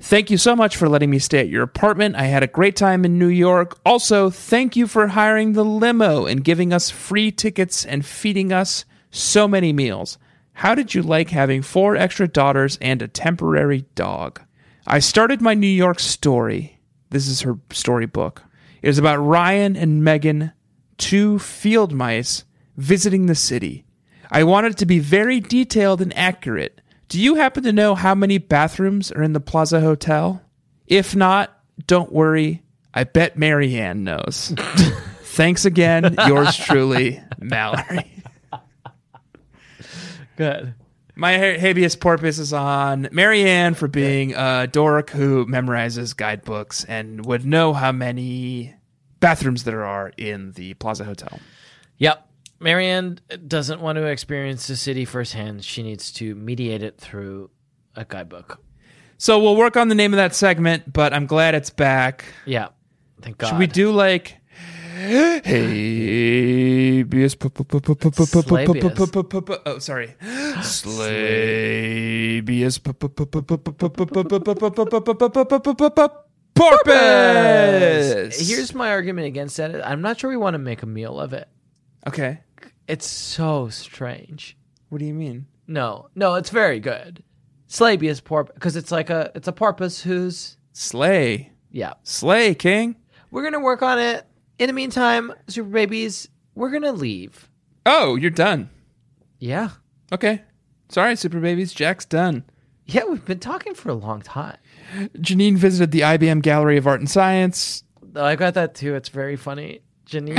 thank you so much for letting me stay at your apartment. I had a great time in New York. Also, thank you for hiring the limo and giving us free tickets and feeding us so many meals. How did you like having four extra daughters and a temporary dog? I started my New York story. This is her storybook. It is about Ryan and Megan, two field mice, visiting the city. I want it to be very detailed and accurate. Do you happen to know how many bathrooms are in the Plaza Hotel? If not, don't worry. I bet Marianne knows. Thanks again. Yours truly, Mallory.
Good.
My ha- habeas corpus is on Marianne for being a dork who memorizes guidebooks and would know how many bathrooms there are in the Plaza Hotel.
Yep. Marianne doesn't want to experience the city firsthand. She needs to mediate it through a guidebook.
So we'll work on the name of that segment, but I'm glad it's back.
Yeah. Thank God.
Should we do like habeas? pu- pu- pu- pu- pu- pu- pu- pu- pu- pu- pu- pu- pu- Oh, sorry. Slabius pu- pu- pu- pu- pu- pu- pu- pu- pu- pu- pu- pu- pu- pu- pu- pu- pu- pu- pu- porpoise.
Here's my argument against that. I'm not sure we want to make a meal of it.
okay.
It's so strange.
What do you mean?
No, no, it's very good. Slabius porp because it's like a it's a porpoise who's
Slay,
yeah.
slay, king.
We're gonna work on it. In the meantime, super babies, we're gonna leave.
Oh, you're done.
Yeah,
Okay. Sorry, super babies. Jack's done.
yeah, we've been talking for a long time.
Janine visited the IBM Gallery of Art and Science.
Oh, I got that too. It's very funny.
[laughs]
Janine,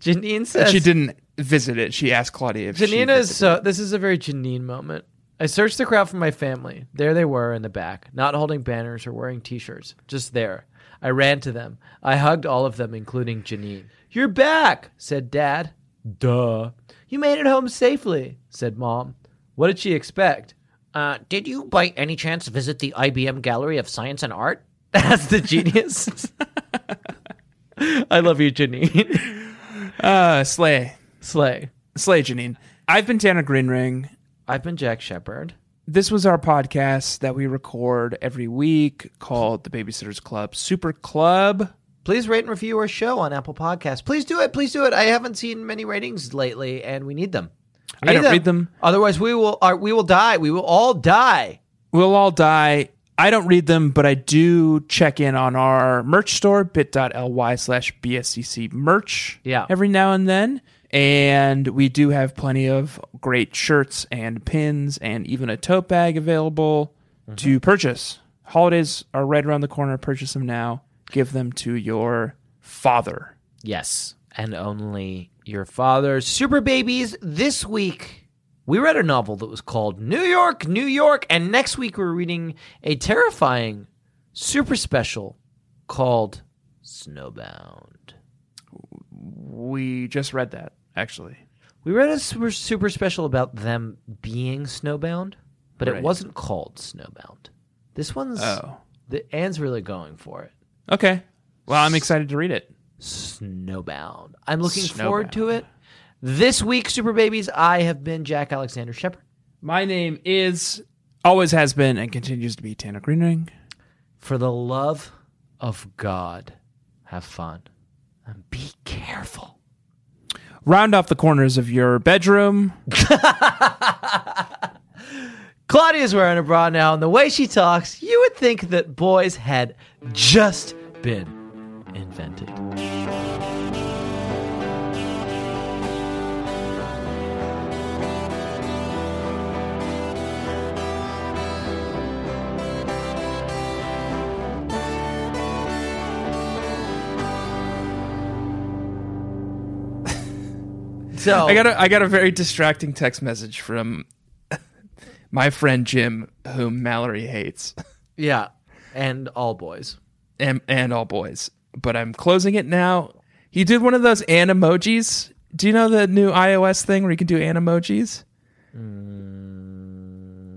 Janine says
She didn't visit it. She asked Claudia if she
Janine is
visited.
so. This is a very Janine moment. I searched the crowd for my family. There they were in the back, not holding banners or wearing T-shirts, just there. I ran to them. I hugged all of them, including Janine. "You're back," said Dad. "Duh." "You made it home safely," said Mom. What did she expect?
Uh, did you by any chance visit the IBM Gallery of Science and Art?
[laughs] That's the genius. [laughs] I love you, Janine.
uh, slay.
Slay.
Slay Janine. I've been Tanner Greenring.
I've been Jack Shepard.
This was our podcast that we record every week called the Babysitters Club Super Club.
Please rate and review our show on Apple Podcasts. Please do it. Please do it. I haven't seen many ratings lately, and we need them. We
I
need
don't read them.
Otherwise, we will are, we will die. We will all die.
We'll all die. I don't read them, but I do check in on our merch store, bit.ly slash BSCC merch
Yeah.
every now and then. And we do have plenty of great shirts and pins and even a tote bag available to purchase. Holidays are right around the corner. Purchase them now. Give them to your father.
Yes, and only your father's.
Super babies. This week, we read a novel that was called New York, New York, and next week we're reading a terrifying super special called Snowbound.
We just read that, actually.
We read a super, super special about them being snowbound, but
Right.
it wasn't called Snowbound. This one's
Oh.
the Anne's really going for it.
Okay. Well, I'm excited to read it.
Snowbound. I'm looking
Snowbound.
forward to it. This week, Super Babies, I have been Jack Alexander Shepard.
My name is, always has been, and continues to be Tanner Greenring.
For the love of God, have fun and be careful.
round off the corners of your bedroom.
Claudia's wearing a bra now, and the way she talks, you would think that boys had just been invented. So
I got a I got a very distracting text message from [laughs] my friend Jim, whom Mallory hates,
yeah, and all boys.
and and all boys. But I'm closing it now. He did one of those an emojis. Do you know the new iOS thing where you can do an emojis?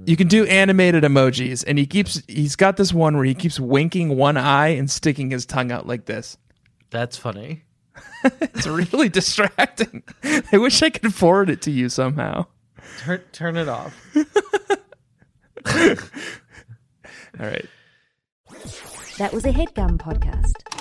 You can do animated emojis, and he keeps he's got this one where he keeps winking one eye and sticking his tongue out like this.
That's funny.
[laughs] It's really distracting. I wish I could forward it to you somehow.
Turn, turn it off.
[laughs] All right.
That was a headgum podcast.